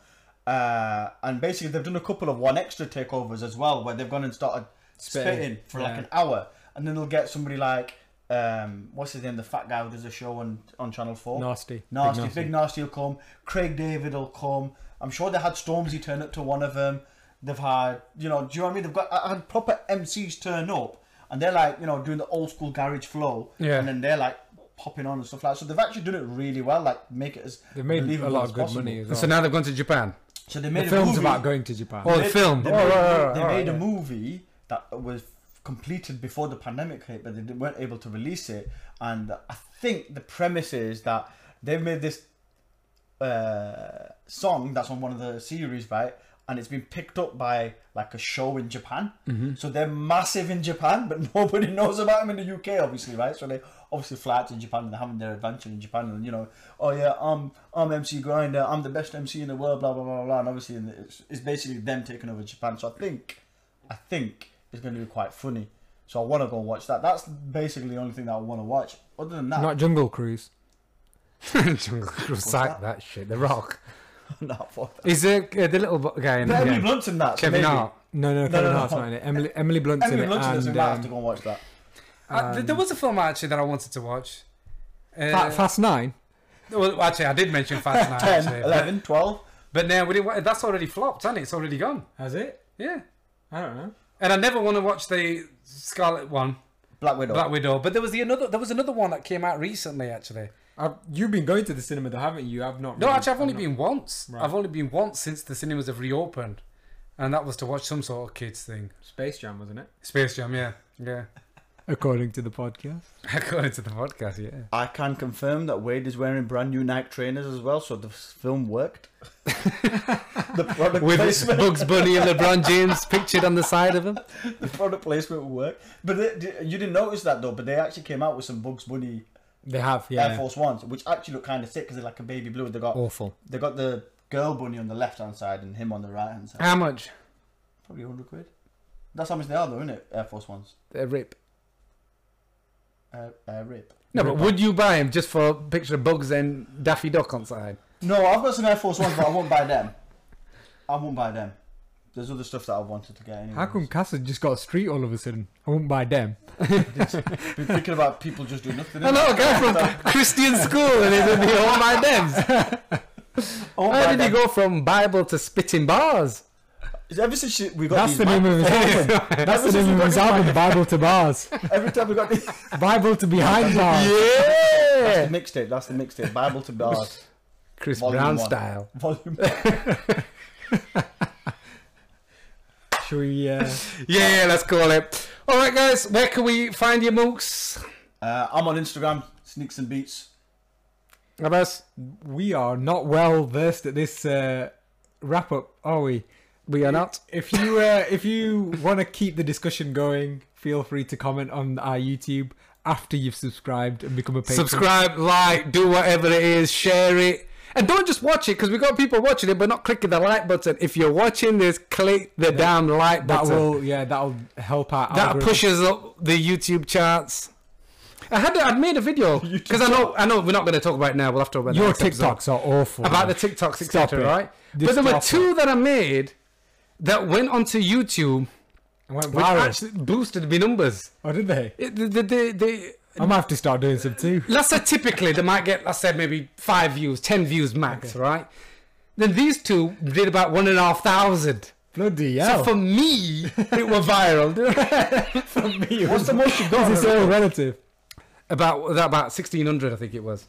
C: Uh, and basically, they've done a couple of one extra takeovers as well, where they've gone and started spitting,
B: Spitting,
C: for
B: yeah.
C: like an hour, and then they'll get somebody like um, what's his name, the fat guy who does a show on on Channel Four.
B: nasty.
C: Nasty,
B: Big
C: big nasty, will come. Craig David will come. I'm sure they had Stormzy turn up to one of them. They've had, you know, do you know what I mean? They've got I I had proper MCs turn up, and they're like, you know, doing the old school garage flow,
A: Yeah.
C: and then they're like popping on and stuff like. So they've actually done it really well, like make it as
B: They made a
C: believable
B: lot
C: as
B: of good
C: possible.
B: money as
A: And
B: well.
A: so now they've gone to Japan.
C: So they made
B: the
C: a
B: film's
C: movie-
B: about going to Japan.
A: Oh, the
C: They-
A: film.
C: They
A: Oh,
C: made,
A: right, right,
C: they
A: right,
C: made a
A: yeah.
C: movie that was completed before the pandemic hit, but they didn't- weren't able to release it. And I think the premise is that they've made this uh, song that's on one of the series, right? And it's been picked up by like a show in Japan. So they're massive in Japan, but nobody knows about them in the UK, obviously, right? So they obviously fly out to Japan and they're having their adventure in Japan. And, you know, oh yeah, I'm, I'm MC Grinder, I'm the best MC in the world, blah, blah, blah, blah, blah. And obviously, and it's, it's basically them taking over Japan. So I think, I think it's going to be quite funny. So I want to go and watch that. That's basically the only thing that I want to watch. Other than that,
B: Not Jungle Cruise.
A: Jungle Cruise, sack that shit. The Rock.
C: not for that.
A: Is it uh, the little bu- guy in
C: Emily
A: yeah.
C: Blunt's in that. so
A: Kevin
C: maybe.
A: Hart.
B: No, no, Kevin
C: no, no.
B: Hart's not in it. Emily, Emily Blunt's
C: Emily
B: in it.
C: Blunt's in it, so we
B: and,
C: might have to
B: um,
C: go and watch that.
A: Uh, th- there was a film actually that I wanted to watch. Uh,
B: Fa- Fast Nine.
A: well, actually, I did mention Fast Nine.
C: 10,
A: actually, but,
C: 11, 12.
A: but now we didn't, wa- that's already flopped, hasn't it? It's already gone.
B: Has it?
A: Yeah.
B: I don't know.
A: And I never want to watch the Scarlet one,
C: Black Widow.
A: Black Widow. But there was the another. There was another one that came out recently, actually.
B: I've, you've been going to the cinema though, haven't you? I've not.
A: No,
B: really-
A: actually, I've only
B: not-
A: been once.
B: Right.
A: I've only been once since the cinemas have reopened, and that was to watch some sort of kids thing.
B: Space Jam, wasn't it?
A: Space Jam, yeah, yeah.
B: According to the podcast.
A: According to the podcast, yeah.
C: I can confirm that Wade is wearing brand new Nike trainers as well, so the s- film worked. the product
A: With
C: placement,
A: Bugs Bunny and LeBron James pictured on the side of him.
C: the product placement worked. But they, d- you didn't notice that though. But they actually came out with some Bugs Bunny
B: They have, yeah. Oh.
C: Air Force Ones, which actually look kind of sick because they're like a baby blue. They got
B: Awful.
C: they got the girl bunny on the left hand side and him on the right hand side.
A: How much?
C: Probably hundred quid. That's how much they are though, isn't it? Air Force Ones.
A: A rip.
C: Air, air rip.
A: No, but would you buy him just for a picture of Bugs and Daffy Duck on side?
C: No, I've got some Air Force Ones, but I won't buy them. I won't buy them. There's other stuff that I wanted to get anyway.
B: How come Casa just got a street all of a sudden? I wouldn't buy them.
C: Been thinking about people just doing nothing.
A: I
C: innit?
A: know a guy from Christian school and he's in the All My Devs. How
C: Oh my
A: did he
C: God.
A: go from Bible to spitting bars?
C: Ever since she- we got
B: That's
C: these
B: the name of his album. That's the name of his album. Bible to bars.
C: mic- every time we got these, that's
B: Bible to behind bars.
C: the
A: Yeah!
C: mixtape. That's the mixtape. Bible to bars,
A: Chris
C: Volume
A: Brown
C: one.
A: style.
C: volume.
B: Should we? Uh,
A: Yeah, let's call it. All right, guys, where can we find you, Mooks?
C: Uh, I'm on Instagram. Sneaks and beats.
A: Abbas?
B: we are not well versed at this uh, wrap up, are we?
A: We are not.
B: If you uh, if you want to keep the discussion going, feel free to comment on our YouTube after you've subscribed and become a patron.
A: Subscribe, like, do whatever it is, share it. And don't just watch it because we got people watching it but not clicking the like button. If you're watching this, click the damn like
B: That
A: button.
B: will yeah, that'll help out.
A: that pushes up the YouTube charts. I had I'd made a video because I know I know we're not going to talk about it now. We'll have to talk about it
B: Your
A: next episode.
B: TikToks are awful.
A: about the
B: man.
A: TikToks,
B: Stop
A: etc.
B: it.
A: Right?
B: Just
A: but there were
B: stop
A: two that I made that went onto YouTube,
B: I went
A: which
B: viral.
A: actually boosted my numbers.
B: Oh, did they?
A: It, they, they, they, they,
B: I might have to start doing some too.
A: let's say typically they might get let's say maybe five views, ten views max, right? Then these two did about one and a half thousand.
B: Bloody
A: So
B: hell!
A: for me, it were viral.
B: What's the most you got? It's all relative.
A: about about sixteen hundred, I think it was.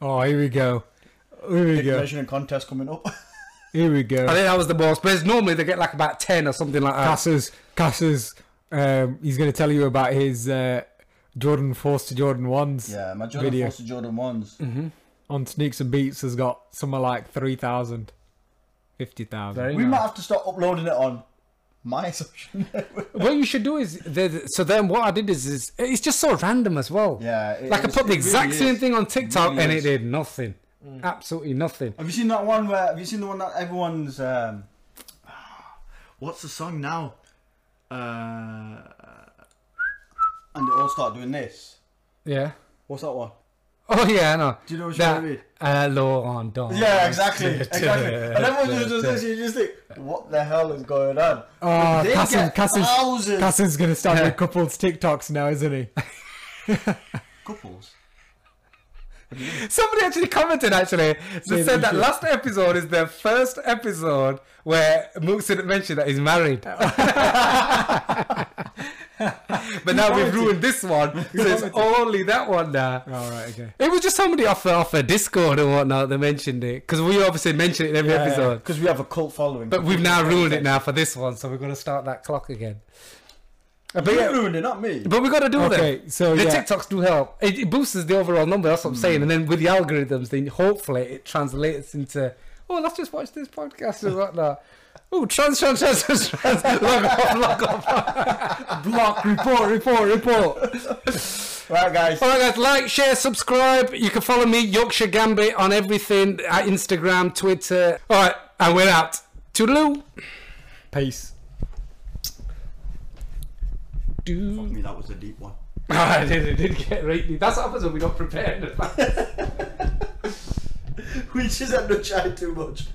B: Oh, here we go. Here we
C: Big
B: go.
C: measuring contest coming up.
B: Here we
A: I
B: go.
A: think that was the most. But it's normally they get like about ten or something like that.
B: Cass's Cass's. Um, he's going to tell you about his uh, Jordan Force to Jordan ones.
C: yeah, my Jordan
B: Video.
C: Force and Jordan ones.
B: on Sneaks and Beats has got somewhere like 3,000, 50,000.
C: We might have to start uploading it on my social network.
A: what you should do is the- so then what I did is, is it's just so random as well.
C: Yeah, it-
A: like I
C: it's-
A: put the
C: it
A: exact
C: really
A: same
C: is.
A: thing on TikTok
C: really
A: and it
C: is. Mm.
A: did nothing, absolutely nothing.
C: Have you seen that one where? Have you seen the one that everyone's? Um, what's the song now? Uh, and they all start doing this.
A: Yeah.
C: What's that one?
A: Oh yeah, I know.
C: Do you know what you're
A: that,
C: gonna read?
A: Hello, on Dawn.
C: Yeah, exactly, exactly. And everyone just does this. You just think, what the hell is going on?
B: Oh,
C: they
B: Cassin,
C: get
B: Cassin's,
C: thousands.
B: Cassin's going to start doing couples TikToks now, isn't he?
C: Couples.
A: Somebody actually commented actually. They
B: Yeah,
A: said that
B: they
A: last episode is their first episode where Mooks didn't mention that he's married. but now we've ruined this one. So it's only that one now.
B: All right, okay.
A: It was just somebody off off a Discord and whatnot that mentioned it because we obviously mention it in every episode.
C: Because we have a cult following.
A: But we've now ruined it now for this one, so we're gonna start that clock again. Uh, But
C: You
A: yeah,
C: ruined it, not me.
A: but we gotta do
B: Okay,
A: that.
B: so
A: the
B: yeah.
A: TikToks do help. It, it boosts the overall number. That's what I'm saying. And then with the algorithms, then hopefully it translates into oh, let's just watch this podcast and whatnot. Oh, trans, trans, trans, trans, trans. log off, log off. Block, report, report, report.
C: Right, guys.
A: All right, guys, like, share, subscribe. You can follow me, Yorkshire Gambit, on everything at Instagram, Twitter. All right, and we're out. Toodaloo. Oh,
B: Peace.
A: Doo.
C: I mean, that was a deep one.
A: I did, it did get right. That's what happens when we're not prepared.
C: We just had to try too much.